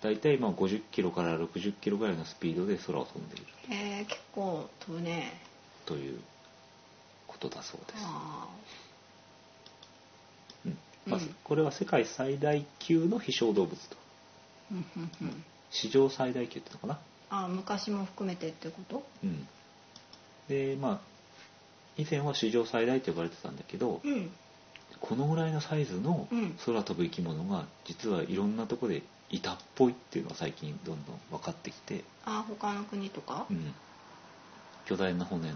Speaker 1: だいたい5 0キロから6 0キロぐらいのスピードで空を飛んでいる
Speaker 2: へえ結構飛ぶね
Speaker 1: ということだそうです、
Speaker 2: あ
Speaker 1: うんまあ
Speaker 2: うん
Speaker 1: これは世界最大級の飛翔動物と
Speaker 2: ーうんうんうん
Speaker 1: 史上最大級っていうのかな
Speaker 2: あ昔も含めてってこと
Speaker 1: うんでまあ以前は史上最大と呼ばれてたんだけど、
Speaker 2: うん
Speaker 1: このぐらいのサイズの
Speaker 2: うん
Speaker 1: 空飛ぶ生き物が実はいろんなとこでいたっぽいっていうのが最近どんどん分かってきて、
Speaker 2: あ他の国とか、
Speaker 1: うん、巨大な骨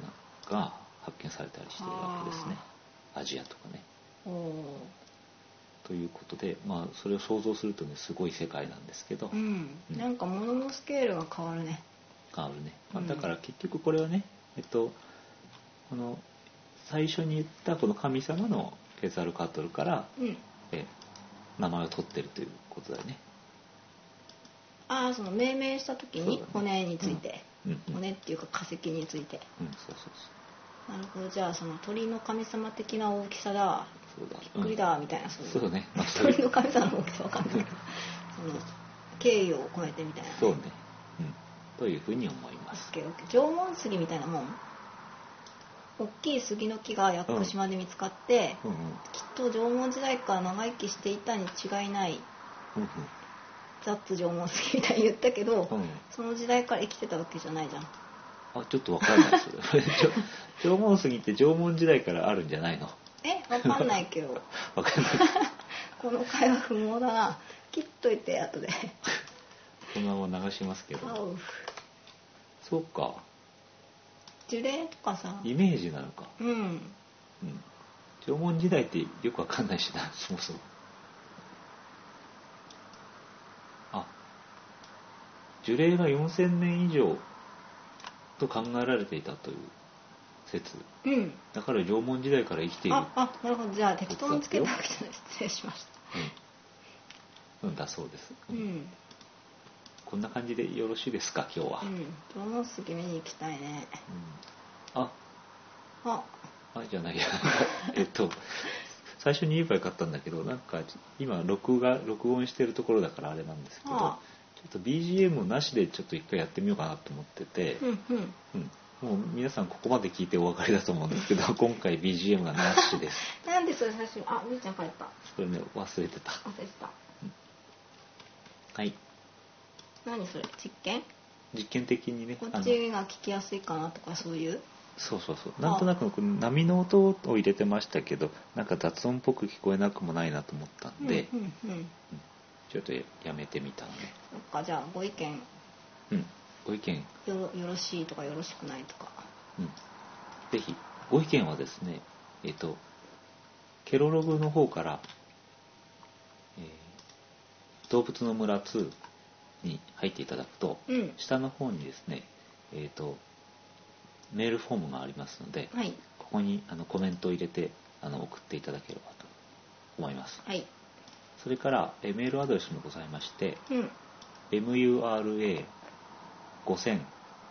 Speaker 1: が発見されたりしてるわけですねアジアとかね
Speaker 2: おお
Speaker 1: ということで、まあ、それを想像するとねすごい世界なんですけど、
Speaker 2: うん、なんか物のスケールが変わるね
Speaker 1: 変わるね、まあ
Speaker 2: うん
Speaker 1: だから結局これはねえっとこの最初に言ったこの神様のケツァルカトルから
Speaker 2: うん
Speaker 1: え名前を取ってるということだよね。
Speaker 2: ああその命名した時
Speaker 1: そうだ
Speaker 2: に
Speaker 1: ね
Speaker 2: 骨について、
Speaker 1: うんうん、
Speaker 2: 骨っていうか化石について
Speaker 1: うんそうそう
Speaker 2: なるほどじゃあその鳥の神様的な大きさだ
Speaker 1: そうそうだ。
Speaker 2: びっくりだみたいな、
Speaker 1: う
Speaker 2: そ
Speaker 1: ん。
Speaker 2: うい
Speaker 1: そううね。まあそれ
Speaker 2: 鳥の神様の大きさわかんないけどその敬意を超えてみたいな
Speaker 1: そうね。うん。というふうに思います。
Speaker 2: けど縄文杉みたいなもん大きい杉の木が屋久島で見つかって、
Speaker 1: うんうん
Speaker 2: きっと縄文時代から長生きしていたに違いない
Speaker 1: うん
Speaker 2: ザッツ縄文杉みたいに言ったけど、
Speaker 1: うん。うん。
Speaker 2: その時代から生きてたわけじゃないじゃん
Speaker 1: あちょっとわからないです。それ縄縄文杉って縄文時代からあるんじゃないの。
Speaker 2: えわかんない けど
Speaker 1: わかんない。
Speaker 2: この会話不毛だな切っといて後で
Speaker 1: このまま流しますけ
Speaker 2: あ
Speaker 1: ど。
Speaker 2: う
Speaker 1: そうか。
Speaker 2: 樹齢とかさ
Speaker 1: イメージなのか。
Speaker 2: うん
Speaker 1: うん。縄文時代ってよくわかんないしな。 そもそも。あ。樹齢が4000年以上と考えられていたという説。
Speaker 2: うん
Speaker 1: だから縄文時代から生きている
Speaker 2: ああなるほどじゃあ適当につけたわけじゃない失礼しました
Speaker 1: うん、うんだそうです、
Speaker 2: う
Speaker 1: うん
Speaker 2: ん
Speaker 1: こんな感じでよろしいですか今日は、
Speaker 2: う
Speaker 1: うん
Speaker 2: ん縄文杉見に行きたいね
Speaker 1: あ
Speaker 2: あ
Speaker 1: あじゃないや えっと最初に言えばよかったんだけどなんか今録画録音してるところだからあれなんですけど、
Speaker 2: あ
Speaker 1: ちょっと BGM なしでちょっと一回やってみようかなと思ってて、
Speaker 2: うんうん
Speaker 1: うんもう皆さんここまで聞いてお分かりだと思うん ですけど今回 BGM がなしです
Speaker 2: なんでそれ最初にあみーちゃん帰った
Speaker 1: それね忘れてた
Speaker 2: 忘れてた
Speaker 1: はい
Speaker 2: 何それ実験
Speaker 1: 実験的にね
Speaker 2: こ
Speaker 1: あ
Speaker 2: っ
Speaker 1: の
Speaker 2: ちが聞きやすいかなとかそういう
Speaker 1: そうそうそう
Speaker 2: あ
Speaker 1: なんとなくこの波の音を入れてましたけどなんか雑音っぽく聞こえなくもないなと思ったんで、
Speaker 2: うんうんうん
Speaker 1: ちょっとやめてみたので、
Speaker 2: そっかじゃあご意見
Speaker 1: うん、ご意見、
Speaker 2: よろよろしいとかよろしくないとか
Speaker 1: うん、ぜひご意見はですねえっ、とケロログの方から、えー動物の村2」に入っていただくと
Speaker 2: うん
Speaker 1: 下の方にですねえっ、とメールフォームがありますので
Speaker 2: はい
Speaker 1: ここにあのコメントを入れてあの送っていただければと思います
Speaker 2: はい
Speaker 1: それからえメールアドレスもございまして
Speaker 2: うん
Speaker 1: mura5000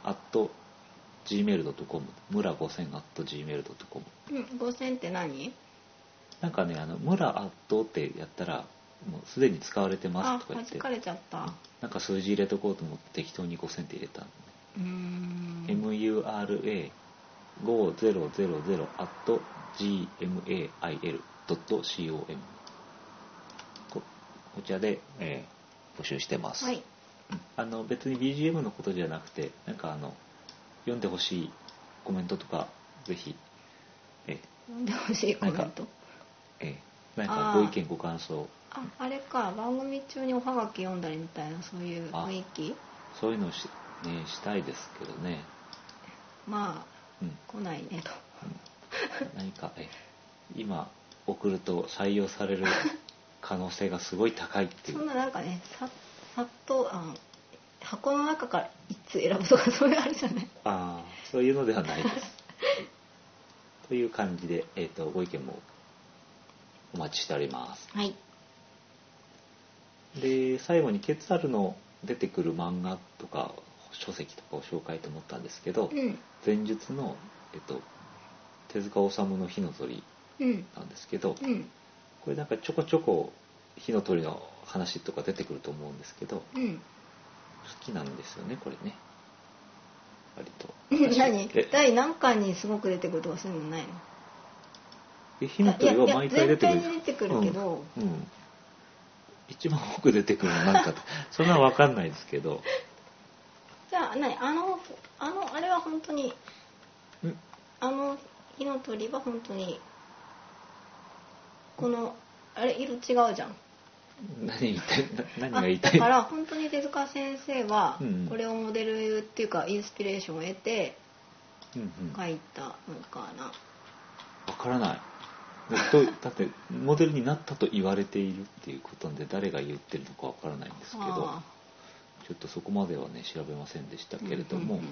Speaker 1: at gmail.com 村5000 at gmail.com
Speaker 2: うん5000って何
Speaker 1: なんかねあの村 at ってやったらもうすでに使われてま
Speaker 2: あ
Speaker 1: すとか言
Speaker 2: 弾
Speaker 1: って
Speaker 2: かれちゃった
Speaker 1: なんか数字入れとこうと思って適当に5000って入れたの
Speaker 2: うーん
Speaker 1: mura5000 at gmail.com ここちらで、えー募集してます、
Speaker 2: はい
Speaker 1: あの別に BGM のことじゃなくてなんかあの読んでほしいコメントとかぜひえ
Speaker 2: 読んでほしいコメント
Speaker 1: え何かご意見ご感想
Speaker 2: ああれか番組中におはがき読んだりみたいなそういう雰囲気
Speaker 1: そういうのをし,、ね、したいですけどね、
Speaker 2: ま
Speaker 1: うん
Speaker 2: あ来ないねと
Speaker 1: 何かえ今送ると採用される可能性がすごい高いってい
Speaker 2: そ
Speaker 1: うん
Speaker 2: ななんかねささっとあの箱の中から一通選ぶとかそういうあれじゃない
Speaker 1: ああそういうのではないですという感じで、えー、とご意見もお待ちしております
Speaker 2: はい
Speaker 1: で最後にケツァルの出てくる漫画とか書籍とかを紹介と思ったんですけど、
Speaker 2: うん
Speaker 1: 前述の、えっと、手塚治虫の「火の鳥
Speaker 2: うん」
Speaker 1: なんですけど
Speaker 2: うん
Speaker 1: これなんかちょこちょこ火の鳥の話とか出てくると思うんですけど
Speaker 2: うん
Speaker 1: 好きなんですよねこれね割と
Speaker 2: 何
Speaker 1: え
Speaker 2: 第何巻にすごく出てくるとかそういうのないの
Speaker 1: え火の鳥は毎回出てくる
Speaker 2: いやいや全編に出てくるけど
Speaker 1: うんうん一番多く出てくるのなんか ってそんなわかんないですけど
Speaker 2: じゃあ何あのあのあれは本当に
Speaker 1: うん
Speaker 2: あの火の鳥は本当にこのあれ色違うじゃん
Speaker 1: 何言いたいな何が
Speaker 2: あ
Speaker 1: 言いた
Speaker 2: だ
Speaker 1: い
Speaker 2: から本当に手塚先生は
Speaker 1: うんうん
Speaker 2: これをモデルっていうかインスピレーションを得て
Speaker 1: うんうん、
Speaker 2: 書いたのかな
Speaker 1: わからないだとだってモデルになったと言われているっていうことなんで誰が言ってるのかわからないんですけど
Speaker 2: あ
Speaker 1: ちょっとそこまではね調べませんでしたけれども、
Speaker 2: うんうんうん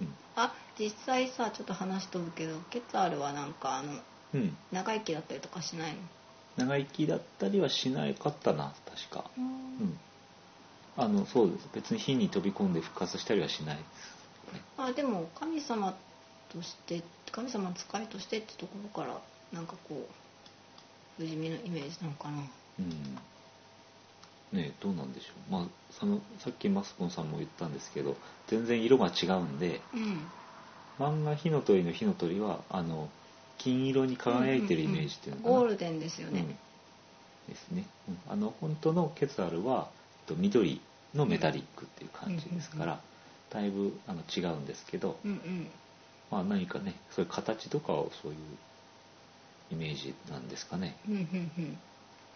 Speaker 2: うんあ実際さちょっと話飛ぶけどケツァールはなんかあの
Speaker 1: うん、うん、
Speaker 2: 長生きだったりとかしないの
Speaker 1: 長生きだったりはしなかったな確かうんあのそうです別に火に飛び込んで復活したりはしないです
Speaker 2: あでも神様として神様の使いとしてってところからなんかこう不死身のイメージなのかな
Speaker 1: うんねえどうなんでしょう、まあ、そのさっきマスコンさんも言ったんですけど全然色が違うんで
Speaker 2: うん
Speaker 1: 漫画「火の鳥」の「火の鳥は」あの金色に輝いてるイメージっていうのかな、
Speaker 2: ゴールデンですよね、
Speaker 1: うんですね、うんあの本当のケツァールは、えっと、緑のメタリックっていう感じですから、だいぶあの違うんですけど、
Speaker 2: うんうん
Speaker 1: まあ、何かねそういう形とかをそういうイメージなんですかね
Speaker 2: うんうんうん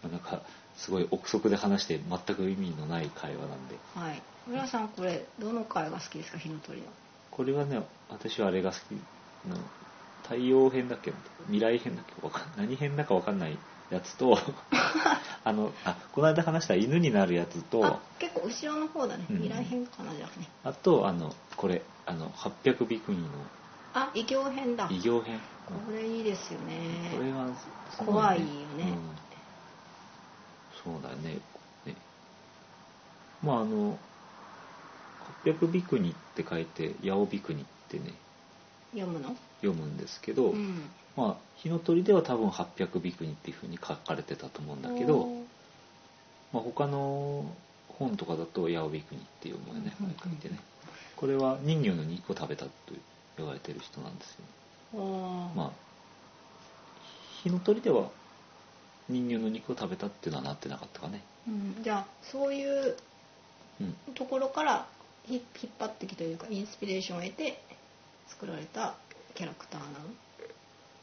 Speaker 1: まあなんかすごい憶測で話して全く意味のない会話なんで
Speaker 2: はい浦さんこれどの回が好きですか火の鳥の
Speaker 1: これはね私はあれが好きの太陽編だっけ未来編だっけわかん何編だかわかんないやつ とあのあこの間話した犬になるやつと
Speaker 2: あ結構後ろの方だね
Speaker 1: うん
Speaker 2: 未来編かなじゃあね
Speaker 1: あとあのこれあの800ビクニの
Speaker 2: あ異形編だ
Speaker 1: 異形編
Speaker 2: これいいですよね
Speaker 1: これはすご
Speaker 2: 怖いよね
Speaker 1: うんそうだねねまああの800ビクニって書いて八尾ビクニってね
Speaker 2: 読むの
Speaker 1: 読むんですけど、
Speaker 2: うん
Speaker 1: まあ火の鳥では多分800ビクニっていうふうに書かれてたと思うんだけど、
Speaker 2: おー
Speaker 1: まあ、他の本とかだと八尾ビクニっていうものね
Speaker 2: うんうんうん
Speaker 1: 書いてねこれは人魚の肉を食べたと言われてる人なんですよね
Speaker 2: おー
Speaker 1: まあ火の鳥では人間の肉を食べたっていうのはなってなかったかね
Speaker 2: うんじゃあそういう
Speaker 1: うん
Speaker 2: ところからひ引っ張ってきたというかインスピレーションを得て作られたキャラクターなの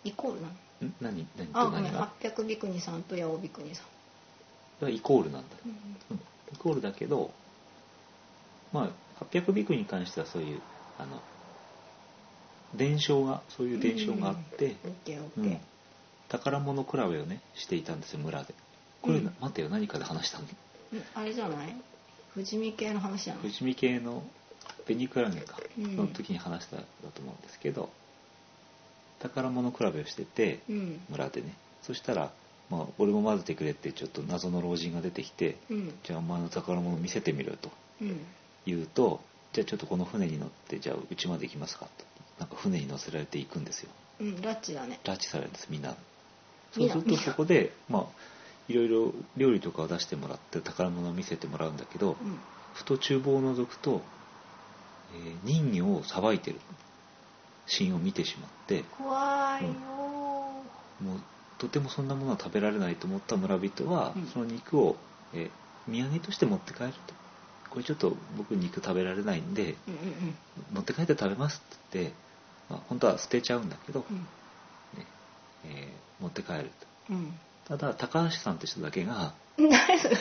Speaker 2: イコールなの
Speaker 1: ん何何
Speaker 2: あ
Speaker 1: と
Speaker 2: ごめ
Speaker 1: 何
Speaker 2: ん
Speaker 1: が
Speaker 2: 800ビクニさんと八尾ビクニさん、
Speaker 1: イコールなんだ、
Speaker 2: うん
Speaker 1: うん、イコールだけどまあ800ビクに関してはそういうあの伝承がそういう伝承があって、
Speaker 2: オッケーオッ
Speaker 1: う
Speaker 2: ケ
Speaker 1: ん
Speaker 2: ー、
Speaker 1: 宝物比べをねしていたんですよ村でこれ、
Speaker 2: うん
Speaker 1: 待てよ何かで話したの
Speaker 2: うんあれじゃない不死身系の話じゃない
Speaker 1: 富士見系の紅クラゲか
Speaker 2: うん
Speaker 1: の時に話したんだと思うんですけど、宝物比べをしてて
Speaker 2: うん
Speaker 1: 村でねそしたら、まあ「俺も混ぜてくれ」ってちょっと謎の老人が出てきて
Speaker 2: うん
Speaker 1: 「じゃあお前の宝物見せてみろよ」と
Speaker 2: うん
Speaker 1: 言うと「じゃあちょっとこの船に乗ってじゃあうちまで行きますか」となんか船に乗せられて行くんですよ
Speaker 2: うんラッチだね
Speaker 1: 拉致されるんですみんなそ
Speaker 2: み
Speaker 1: うん
Speaker 2: な
Speaker 1: するとそこでまあいろいろ料理とかを出してもらって宝物を見せてもらうんだけど、
Speaker 2: うん
Speaker 1: ふと厨房を覗くと、えー人魚をさばいてるシーンを見てしまって
Speaker 2: 怖いよ
Speaker 1: もうとてもそんなものは食べられないと思った村人は、
Speaker 2: うん
Speaker 1: その肉を、えー土産として持って帰るとこれちょっと僕肉食べられないんで
Speaker 2: ーうんうんうん
Speaker 1: 持って帰って食べますって言って、まあ、本当は捨てちゃうんだけど、
Speaker 2: うん
Speaker 1: ねえー持って帰ると
Speaker 2: うん
Speaker 1: ただ高橋さんって人だけが
Speaker 2: 誰それ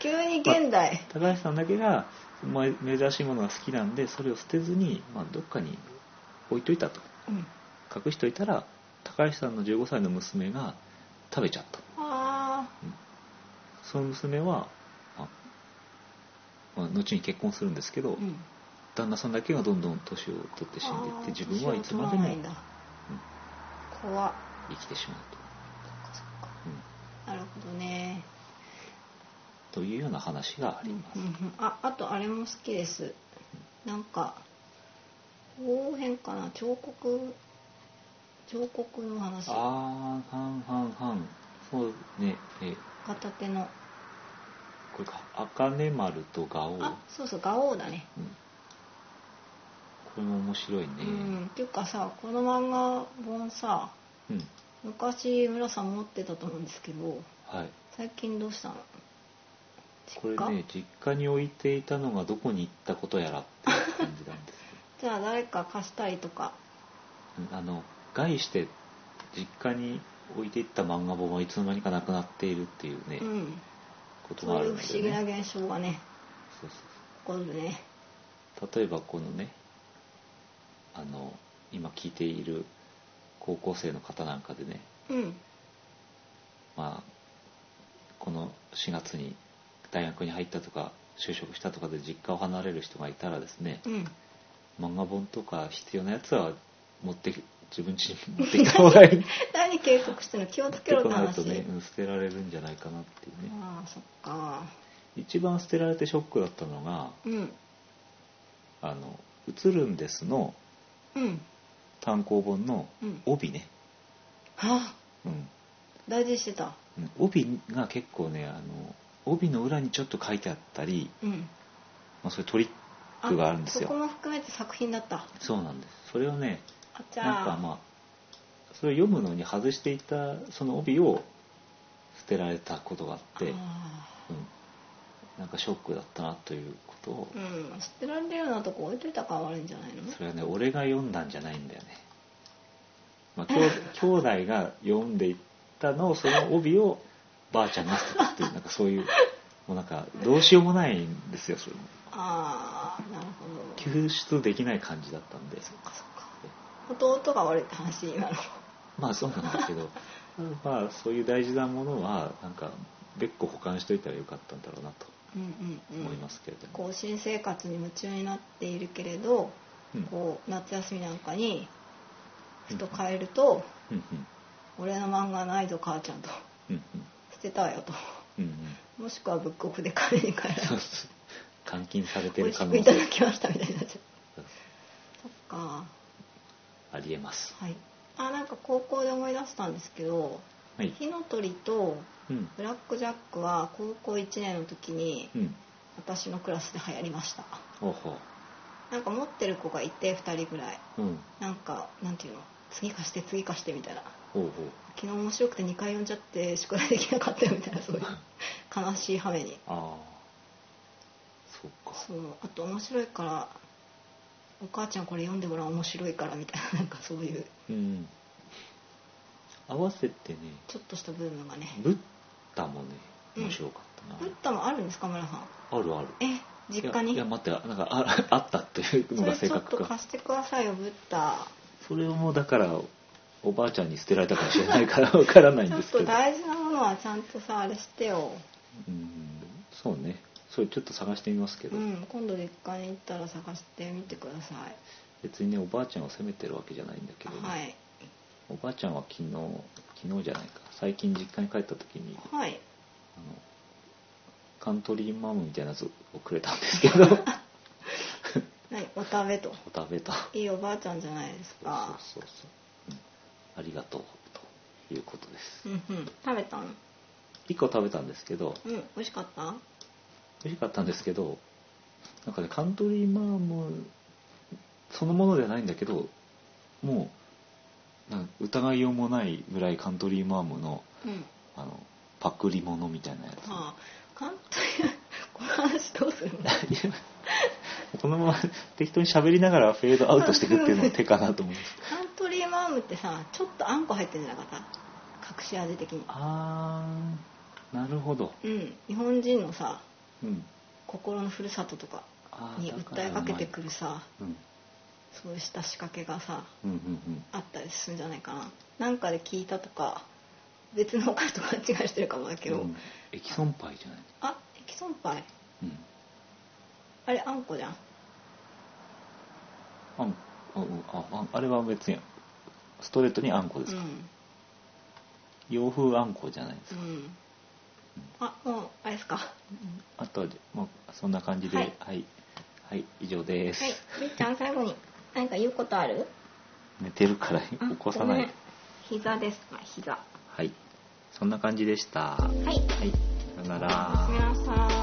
Speaker 2: 急に現代
Speaker 1: 高橋さんだけがまあ珍しいものが好きなんでそれを捨てずに、まあ、どっかに置いといたと
Speaker 2: うん
Speaker 1: 隠しといたら高橋さんの15歳の娘が食べちゃった
Speaker 2: あ
Speaker 1: その娘は、あまあ、後に結婚するんですけど、
Speaker 2: ーうん
Speaker 1: 旦那さんだけがどんどん年を取って死んでい
Speaker 2: あ
Speaker 1: っ
Speaker 2: ー
Speaker 1: て自分はいつまでも
Speaker 2: 年を取らないんだ怖っ
Speaker 1: 生きてしまう
Speaker 2: なるほどね
Speaker 1: と,、うん、というような話があります、
Speaker 2: うんうんああとあれも好きですなんか後編かな彫刻彫刻の話
Speaker 1: ああはんはんはんそうねえ
Speaker 2: 片手の
Speaker 1: これか茜丸とガオウ、うん、こ
Speaker 2: あそうそうガオーだね
Speaker 1: れも面白いね
Speaker 2: うんっていうかさこの漫画本さ
Speaker 1: うん、
Speaker 2: 昔村さん持ってたと思うんですけど
Speaker 1: はい
Speaker 2: 最近どうしたの
Speaker 1: こ
Speaker 2: 実
Speaker 1: れ
Speaker 2: 家、
Speaker 1: ね実家に置いていたのがどこに行ったことやらっていう感じなんです
Speaker 2: じゃあ誰か貸したりとか
Speaker 1: けどうんあの概して実家に置いていった漫画本はいつの間にかなくなっているっていうね、
Speaker 2: うん
Speaker 1: こと
Speaker 2: そ
Speaker 1: があ
Speaker 2: うい
Speaker 1: る
Speaker 2: うん
Speaker 1: で、ね、
Speaker 2: 不思議な現象がね
Speaker 1: そうそ
Speaker 2: 起こるね
Speaker 1: うそう例えばこのねあの今聞いている高校生の方なんかでね
Speaker 2: うん
Speaker 1: まあこの4月に大学に入ったとか就職したとかで実家を離れる人がいたらですね、
Speaker 2: うん
Speaker 1: 漫画本とか必要なやつは持って自分家に持ってきた方が いい
Speaker 2: 何警告してんの気をつけろって
Speaker 1: 持って
Speaker 2: 話、
Speaker 1: こないとね、うん捨てられるんじゃないかなっていうね、
Speaker 2: ああそっか
Speaker 1: 一番捨てられてショックだったのが
Speaker 2: うん
Speaker 1: 「あの映るんです」の
Speaker 2: うん
Speaker 1: 単行本の
Speaker 2: うん
Speaker 1: 帯ね、
Speaker 2: あ
Speaker 1: うん
Speaker 2: 大事にしてた
Speaker 1: うん帯が結構ねあの帯の裏にちょっと書いてあったり、
Speaker 2: うん
Speaker 1: まあ、そういうトリックがあるんです
Speaker 2: そこ
Speaker 1: よ
Speaker 2: も含めて作品だった
Speaker 1: そうなんですそれをね
Speaker 2: あじ
Speaker 1: なん
Speaker 2: ゃ
Speaker 1: か
Speaker 2: あ
Speaker 1: まあそれを読むのに外していたその帯を捨てられたことがあって
Speaker 2: あ
Speaker 1: うん、なんかショックだったなということを
Speaker 2: ー、うん捨てられるようなとこ置いといたから悪いんじゃないの
Speaker 1: それはね俺が読んだんじゃないんだよね、まあ、兄 弟兄弟が読んでいったのをその帯をばあちゃんが捨てたっていうなんかそういうもうなんかどうしようもないんですよそれも
Speaker 2: ああなるほど
Speaker 1: 救出できない感じだったんで
Speaker 2: そっかそっか弟が悪いって話になる
Speaker 1: まあそうなんですけどまあそういう大事なものはなんか別個保管しといたらよかったんだろうなと
Speaker 2: うんうんうん
Speaker 1: 思いますけれども、
Speaker 2: こう新生活に夢中になっているけれど、
Speaker 1: うん
Speaker 2: こう夏休みなんかにふと
Speaker 1: うん
Speaker 2: 帰ると
Speaker 1: うん
Speaker 2: 「俺の漫画ないぞ母ちゃん」と
Speaker 1: うんうん
Speaker 2: 「捨てたわよ」と
Speaker 1: うんうん
Speaker 2: もしくはブックオフで借りに帰られ
Speaker 1: そうそう監禁されてる
Speaker 2: 美味
Speaker 1: 可
Speaker 2: し
Speaker 1: 能
Speaker 2: くいただ
Speaker 1: 性
Speaker 2: きましたみたいになっちゃうそっか
Speaker 1: ありえます
Speaker 2: はいあなんか高校で思い出したんですけど
Speaker 1: はい
Speaker 2: 火の鳥と
Speaker 1: うん
Speaker 2: ブラックジャックは高校1年の時に
Speaker 1: うん
Speaker 2: 私のクラスで流行りました
Speaker 1: おうほ
Speaker 2: なんか持ってる子がいて2人ぐらいう
Speaker 1: うん
Speaker 2: なんかなんていうの次貸して次貸してみたいな
Speaker 1: ほうほう
Speaker 2: 昨日面白くて2回読んじゃって宿題できなかったよみたいなそういう悲しい羽目に
Speaker 1: ああそうか
Speaker 2: そうあと面白いからお母ちゃんこれ読んでもらう面白いからみたいななんかそういう
Speaker 1: うん合わせてね
Speaker 2: ちょっとしたブームがね
Speaker 1: ブッダもね
Speaker 2: うん
Speaker 1: 面白かったな、
Speaker 2: ブッダもあるんですか村さん
Speaker 1: あるある
Speaker 2: え実家に
Speaker 1: いやいや待ってなんかああったっていう
Speaker 2: そ
Speaker 1: の
Speaker 2: れ
Speaker 1: が
Speaker 2: ち
Speaker 1: 正
Speaker 2: ょっと
Speaker 1: 確か
Speaker 2: 貸してくださいよブッダ
Speaker 1: それをもうだからおばあちゃんに捨てられたかもしれないからわからない
Speaker 2: ち
Speaker 1: ん
Speaker 2: ょ
Speaker 1: で
Speaker 2: っ
Speaker 1: すけど
Speaker 2: と大事なものはちゃんとさあれしてよ
Speaker 1: うんそうねそれちょっと探してみますけ
Speaker 2: う
Speaker 1: ど、
Speaker 2: ん今度実家に行ったら探してみてください
Speaker 1: 別にねおばあちゃんを責めてるわけじゃないんだけどね、
Speaker 2: はい
Speaker 1: おばあちゃんは昨日昨日じゃないか最近実家に帰った時にあの
Speaker 2: はい
Speaker 1: カントリーマムみたいなやつをくれたんです けど
Speaker 2: 何お食べと
Speaker 1: お食べた
Speaker 2: いいおばあちゃんじゃないです
Speaker 1: そう
Speaker 2: か
Speaker 1: そうそう、うんありがとうということです
Speaker 2: うんうん食べたの
Speaker 1: 1個食べたんですけど
Speaker 2: うん美味しかった
Speaker 1: 美味しかったんですけどなんかねカントリーマームそのものではないんだけどもうなんか疑いようもないぐらいカントリーマームの
Speaker 2: うん
Speaker 1: あのパクリものみたいなやつ、
Speaker 2: ああ簡単や この話どうするの
Speaker 1: いや このまま適当に喋りながらフェードアウトしていくっていうのも手かなと思います
Speaker 2: カントリーマームってさちょっとあんこ入ってるんじゃなかった隠し味的に
Speaker 1: あーなるほど
Speaker 2: うん日本人のさ
Speaker 1: うん
Speaker 2: 心のふるさととか
Speaker 1: あー
Speaker 2: に
Speaker 1: だら
Speaker 2: 訴えかけてくるさ
Speaker 1: うまい
Speaker 2: そうした仕掛けがさ
Speaker 1: うん、うんうん
Speaker 2: あったりするんじゃないかななんかで聞いたとか別のお菓子と勘違いしてるかもだけ
Speaker 1: う
Speaker 2: ど、
Speaker 1: んうんエキソンパイじゃない、
Speaker 2: あエキソンパイ
Speaker 1: うん、
Speaker 2: あれあんこじゃん
Speaker 1: あんあうんああんあれは別にストレートにあんこですか、洋風あんこじゃないです
Speaker 2: う
Speaker 1: か、
Speaker 2: んうんあもうあれですかは
Speaker 1: あとは、まあ、そんな感じでは
Speaker 2: はいい
Speaker 1: はい、以上です、
Speaker 2: いみっちゃん最後に何か言うことある
Speaker 1: 寝てるから
Speaker 2: あ
Speaker 1: 起こさな
Speaker 2: ごめ
Speaker 1: い
Speaker 2: ん膝ですか膝は
Speaker 1: はいそんな感じでしたはいいさよなら
Speaker 2: おやすみなさい